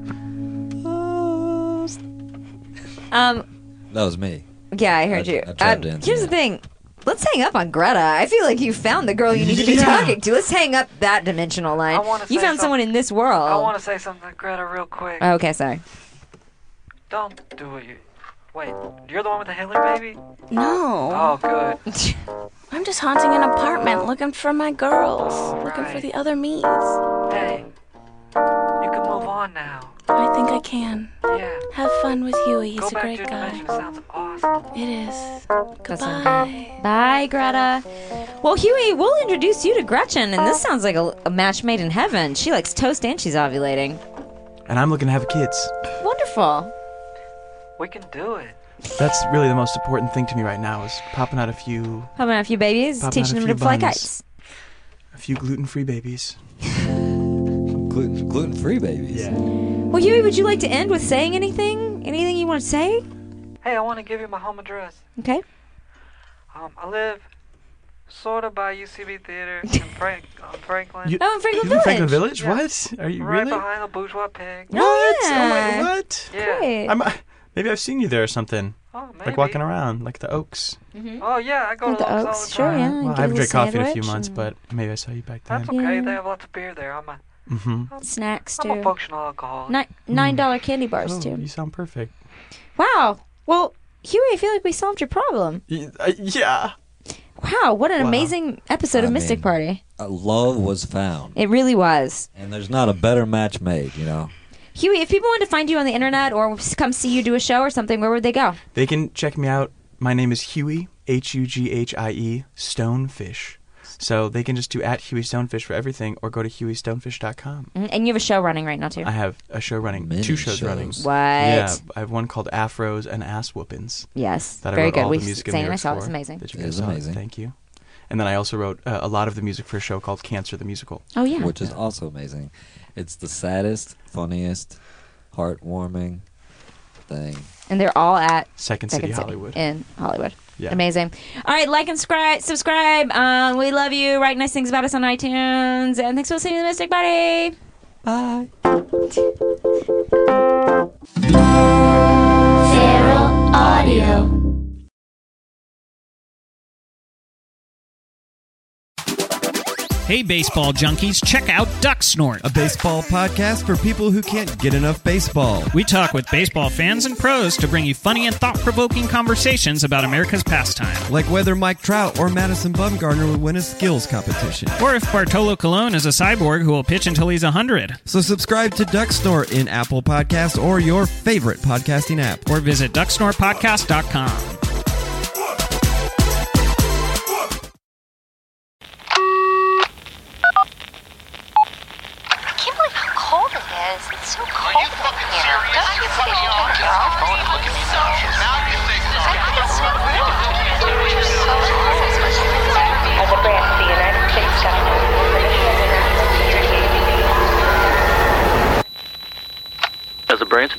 [SPEAKER 2] Um,
[SPEAKER 3] That was me.
[SPEAKER 2] yeah, I heard
[SPEAKER 3] I-
[SPEAKER 2] you.
[SPEAKER 3] I tried
[SPEAKER 2] Um,
[SPEAKER 3] to answer
[SPEAKER 2] here's the
[SPEAKER 3] that.
[SPEAKER 2] thing. Let's hang up on Greta. I feel like you found the girl you need to be
[SPEAKER 5] (laughs) Yeah.
[SPEAKER 2] talking to. Let's hang up that dimensional line.
[SPEAKER 6] I wanna
[SPEAKER 2] You
[SPEAKER 6] say
[SPEAKER 2] found someone in this world.
[SPEAKER 1] Oh.
[SPEAKER 6] I want to say something to Greta real quick.
[SPEAKER 2] oh, okay, sorry. (laughs)
[SPEAKER 6] Don't do it. You- Wait, you're the one with the Hitler baby?
[SPEAKER 1] No.
[SPEAKER 6] Oh, good.
[SPEAKER 1] I'm just haunting an apartment looking for my girls.
[SPEAKER 6] Oh,
[SPEAKER 1] looking for
[SPEAKER 6] right.
[SPEAKER 1] the other me's.
[SPEAKER 6] Hey, you can move on now.
[SPEAKER 1] I think I can.
[SPEAKER 6] Yeah.
[SPEAKER 1] Have fun with Huey. He's
[SPEAKER 6] Go
[SPEAKER 1] a
[SPEAKER 6] back to
[SPEAKER 1] great
[SPEAKER 6] your
[SPEAKER 1] guy.
[SPEAKER 6] dimension. It sounds awesome.
[SPEAKER 1] It is.
[SPEAKER 2] That's
[SPEAKER 1] Bye.
[SPEAKER 2] not- Bye, Greta. Well, Huey, we'll introduce you to Gretchen, and
[SPEAKER 6] Oh.
[SPEAKER 2] this sounds like a, a match made in heaven. She likes toast and she's ovulating.
[SPEAKER 5] And I'm looking to have kids.
[SPEAKER 2] Wonderful.
[SPEAKER 6] We can do it.
[SPEAKER 5] That's really the most important thing to me right now is popping out a few
[SPEAKER 2] Popping out a few babies,
[SPEAKER 5] Popping out
[SPEAKER 2] teaching
[SPEAKER 5] a
[SPEAKER 2] them
[SPEAKER 5] few
[SPEAKER 2] to fly
[SPEAKER 5] buns.
[SPEAKER 2] kites.
[SPEAKER 5] a few gluten-free babies.
[SPEAKER 3] Gluten gluten free babies.
[SPEAKER 2] Well, Huey, would you like to end with saying anything? Anything you want to say?
[SPEAKER 6] Hey, I want to give you my home address.
[SPEAKER 2] Okay.
[SPEAKER 6] Um, I live sort of by UCB
[SPEAKER 2] (laughs)
[SPEAKER 6] Theater in Frank, on Franklin.
[SPEAKER 5] You-
[SPEAKER 2] Oh, in Franklin
[SPEAKER 5] You live in Franklin
[SPEAKER 2] Village.
[SPEAKER 5] Village? What?
[SPEAKER 6] Yeah.
[SPEAKER 5] Are you
[SPEAKER 6] right
[SPEAKER 5] really?
[SPEAKER 6] behind the bourgeois pig.
[SPEAKER 2] Yeah.
[SPEAKER 5] What? Oh,
[SPEAKER 2] Yeah.
[SPEAKER 5] wait, what?
[SPEAKER 6] Yeah.
[SPEAKER 2] Great.
[SPEAKER 5] I'm, maybe I've seen you there or something.
[SPEAKER 6] Oh, maybe.
[SPEAKER 5] Like walking around, like the Oaks.
[SPEAKER 6] Oh, yeah, I go to
[SPEAKER 2] With the
[SPEAKER 6] Lux all
[SPEAKER 2] Oaks,
[SPEAKER 6] the
[SPEAKER 2] sure,
[SPEAKER 6] time.
[SPEAKER 2] yeah.
[SPEAKER 5] well,
[SPEAKER 2] get
[SPEAKER 5] I
[SPEAKER 2] a
[SPEAKER 5] haven't
[SPEAKER 2] little
[SPEAKER 5] drank coffee in a few
[SPEAKER 2] sandwich
[SPEAKER 5] months,
[SPEAKER 2] and-
[SPEAKER 5] but maybe I saw you back then.
[SPEAKER 6] That's okay.
[SPEAKER 2] Yeah.
[SPEAKER 6] They have lots of beer there. I'm a,
[SPEAKER 5] Mm-hmm.
[SPEAKER 2] Snacks,
[SPEAKER 6] I'm a
[SPEAKER 2] too.
[SPEAKER 6] functional alcoholic.
[SPEAKER 2] Ni- Nine dollar candy bars,
[SPEAKER 5] Oh,
[SPEAKER 2] too.
[SPEAKER 5] you sound perfect.
[SPEAKER 2] Wow. Well, Huey, I feel like we solved your problem.
[SPEAKER 5] Y- uh, yeah.
[SPEAKER 2] Wow, what an
[SPEAKER 5] Wow.
[SPEAKER 2] amazing episode
[SPEAKER 3] I
[SPEAKER 2] of Mystic
[SPEAKER 3] mean-
[SPEAKER 2] Party.
[SPEAKER 3] Uh, love was found,
[SPEAKER 2] It really was.
[SPEAKER 3] and there's not a better match made. You know.
[SPEAKER 2] Huey, if people want to find you on the internet or s- come see you do a show or something, where would they go?
[SPEAKER 5] They can check me out. My name is Huey, H U G H I E, Stonefish. So they can just do at Huey Stonefish for everything or go to HueyStonefish.com.
[SPEAKER 2] Mm, And you have a show running right now too.
[SPEAKER 5] I have a show running,
[SPEAKER 3] Many
[SPEAKER 5] two shows, running.
[SPEAKER 3] shows.
[SPEAKER 2] what?
[SPEAKER 5] Yeah, I have one called Afros and Ass Whoopins.
[SPEAKER 2] Yes.
[SPEAKER 5] that I
[SPEAKER 2] Very
[SPEAKER 5] wrote
[SPEAKER 2] good.
[SPEAKER 5] all
[SPEAKER 2] We
[SPEAKER 5] the music
[SPEAKER 2] sang
[SPEAKER 5] and
[SPEAKER 2] it
[SPEAKER 5] lyrics
[SPEAKER 2] myself. It's
[SPEAKER 5] for.
[SPEAKER 2] amazing.
[SPEAKER 5] That you
[SPEAKER 3] It
[SPEAKER 5] guys
[SPEAKER 3] is
[SPEAKER 5] saw.
[SPEAKER 3] amazing.
[SPEAKER 5] Thank you. And then I also wrote uh, a lot of the music for a show called Cancer the Musical.
[SPEAKER 2] Oh yeah.
[SPEAKER 3] which is also amazing. It's the saddest, funniest, heartwarming thing.
[SPEAKER 2] and they're all at
[SPEAKER 5] Second City
[SPEAKER 2] Second City
[SPEAKER 5] Hollywood.
[SPEAKER 2] in Hollywood.
[SPEAKER 5] Yeah.
[SPEAKER 2] Amazing. All right, like and scri- subscribe. Um, we love you. Write nice things about us on iTunes. And thanks for listening to the Mystic Party.
[SPEAKER 3] Bye.
[SPEAKER 7] Feral Audio.
[SPEAKER 1] Hey, baseball junkies, check out Duck Snort.
[SPEAKER 8] a baseball podcast for people who can't get enough baseball.
[SPEAKER 1] We talk with baseball fans and pros to bring you funny and thought provoking conversations about America's pastime.
[SPEAKER 8] Like whether Mike Trout or Madison Bumgarner would win a skills competition.
[SPEAKER 1] Or if Bartolo Colon is a cyborg who will pitch until he's 100.
[SPEAKER 8] So subscribe to Duck Snort in Apple Podcasts or your favorite podcasting app.
[SPEAKER 1] Or visit ducksnortpodcast.com.
[SPEAKER 7] I can't believe how cold it is. It's so cold in here. Don't you think you can get off? As a brand of the United States government,
[SPEAKER 3] As a branch of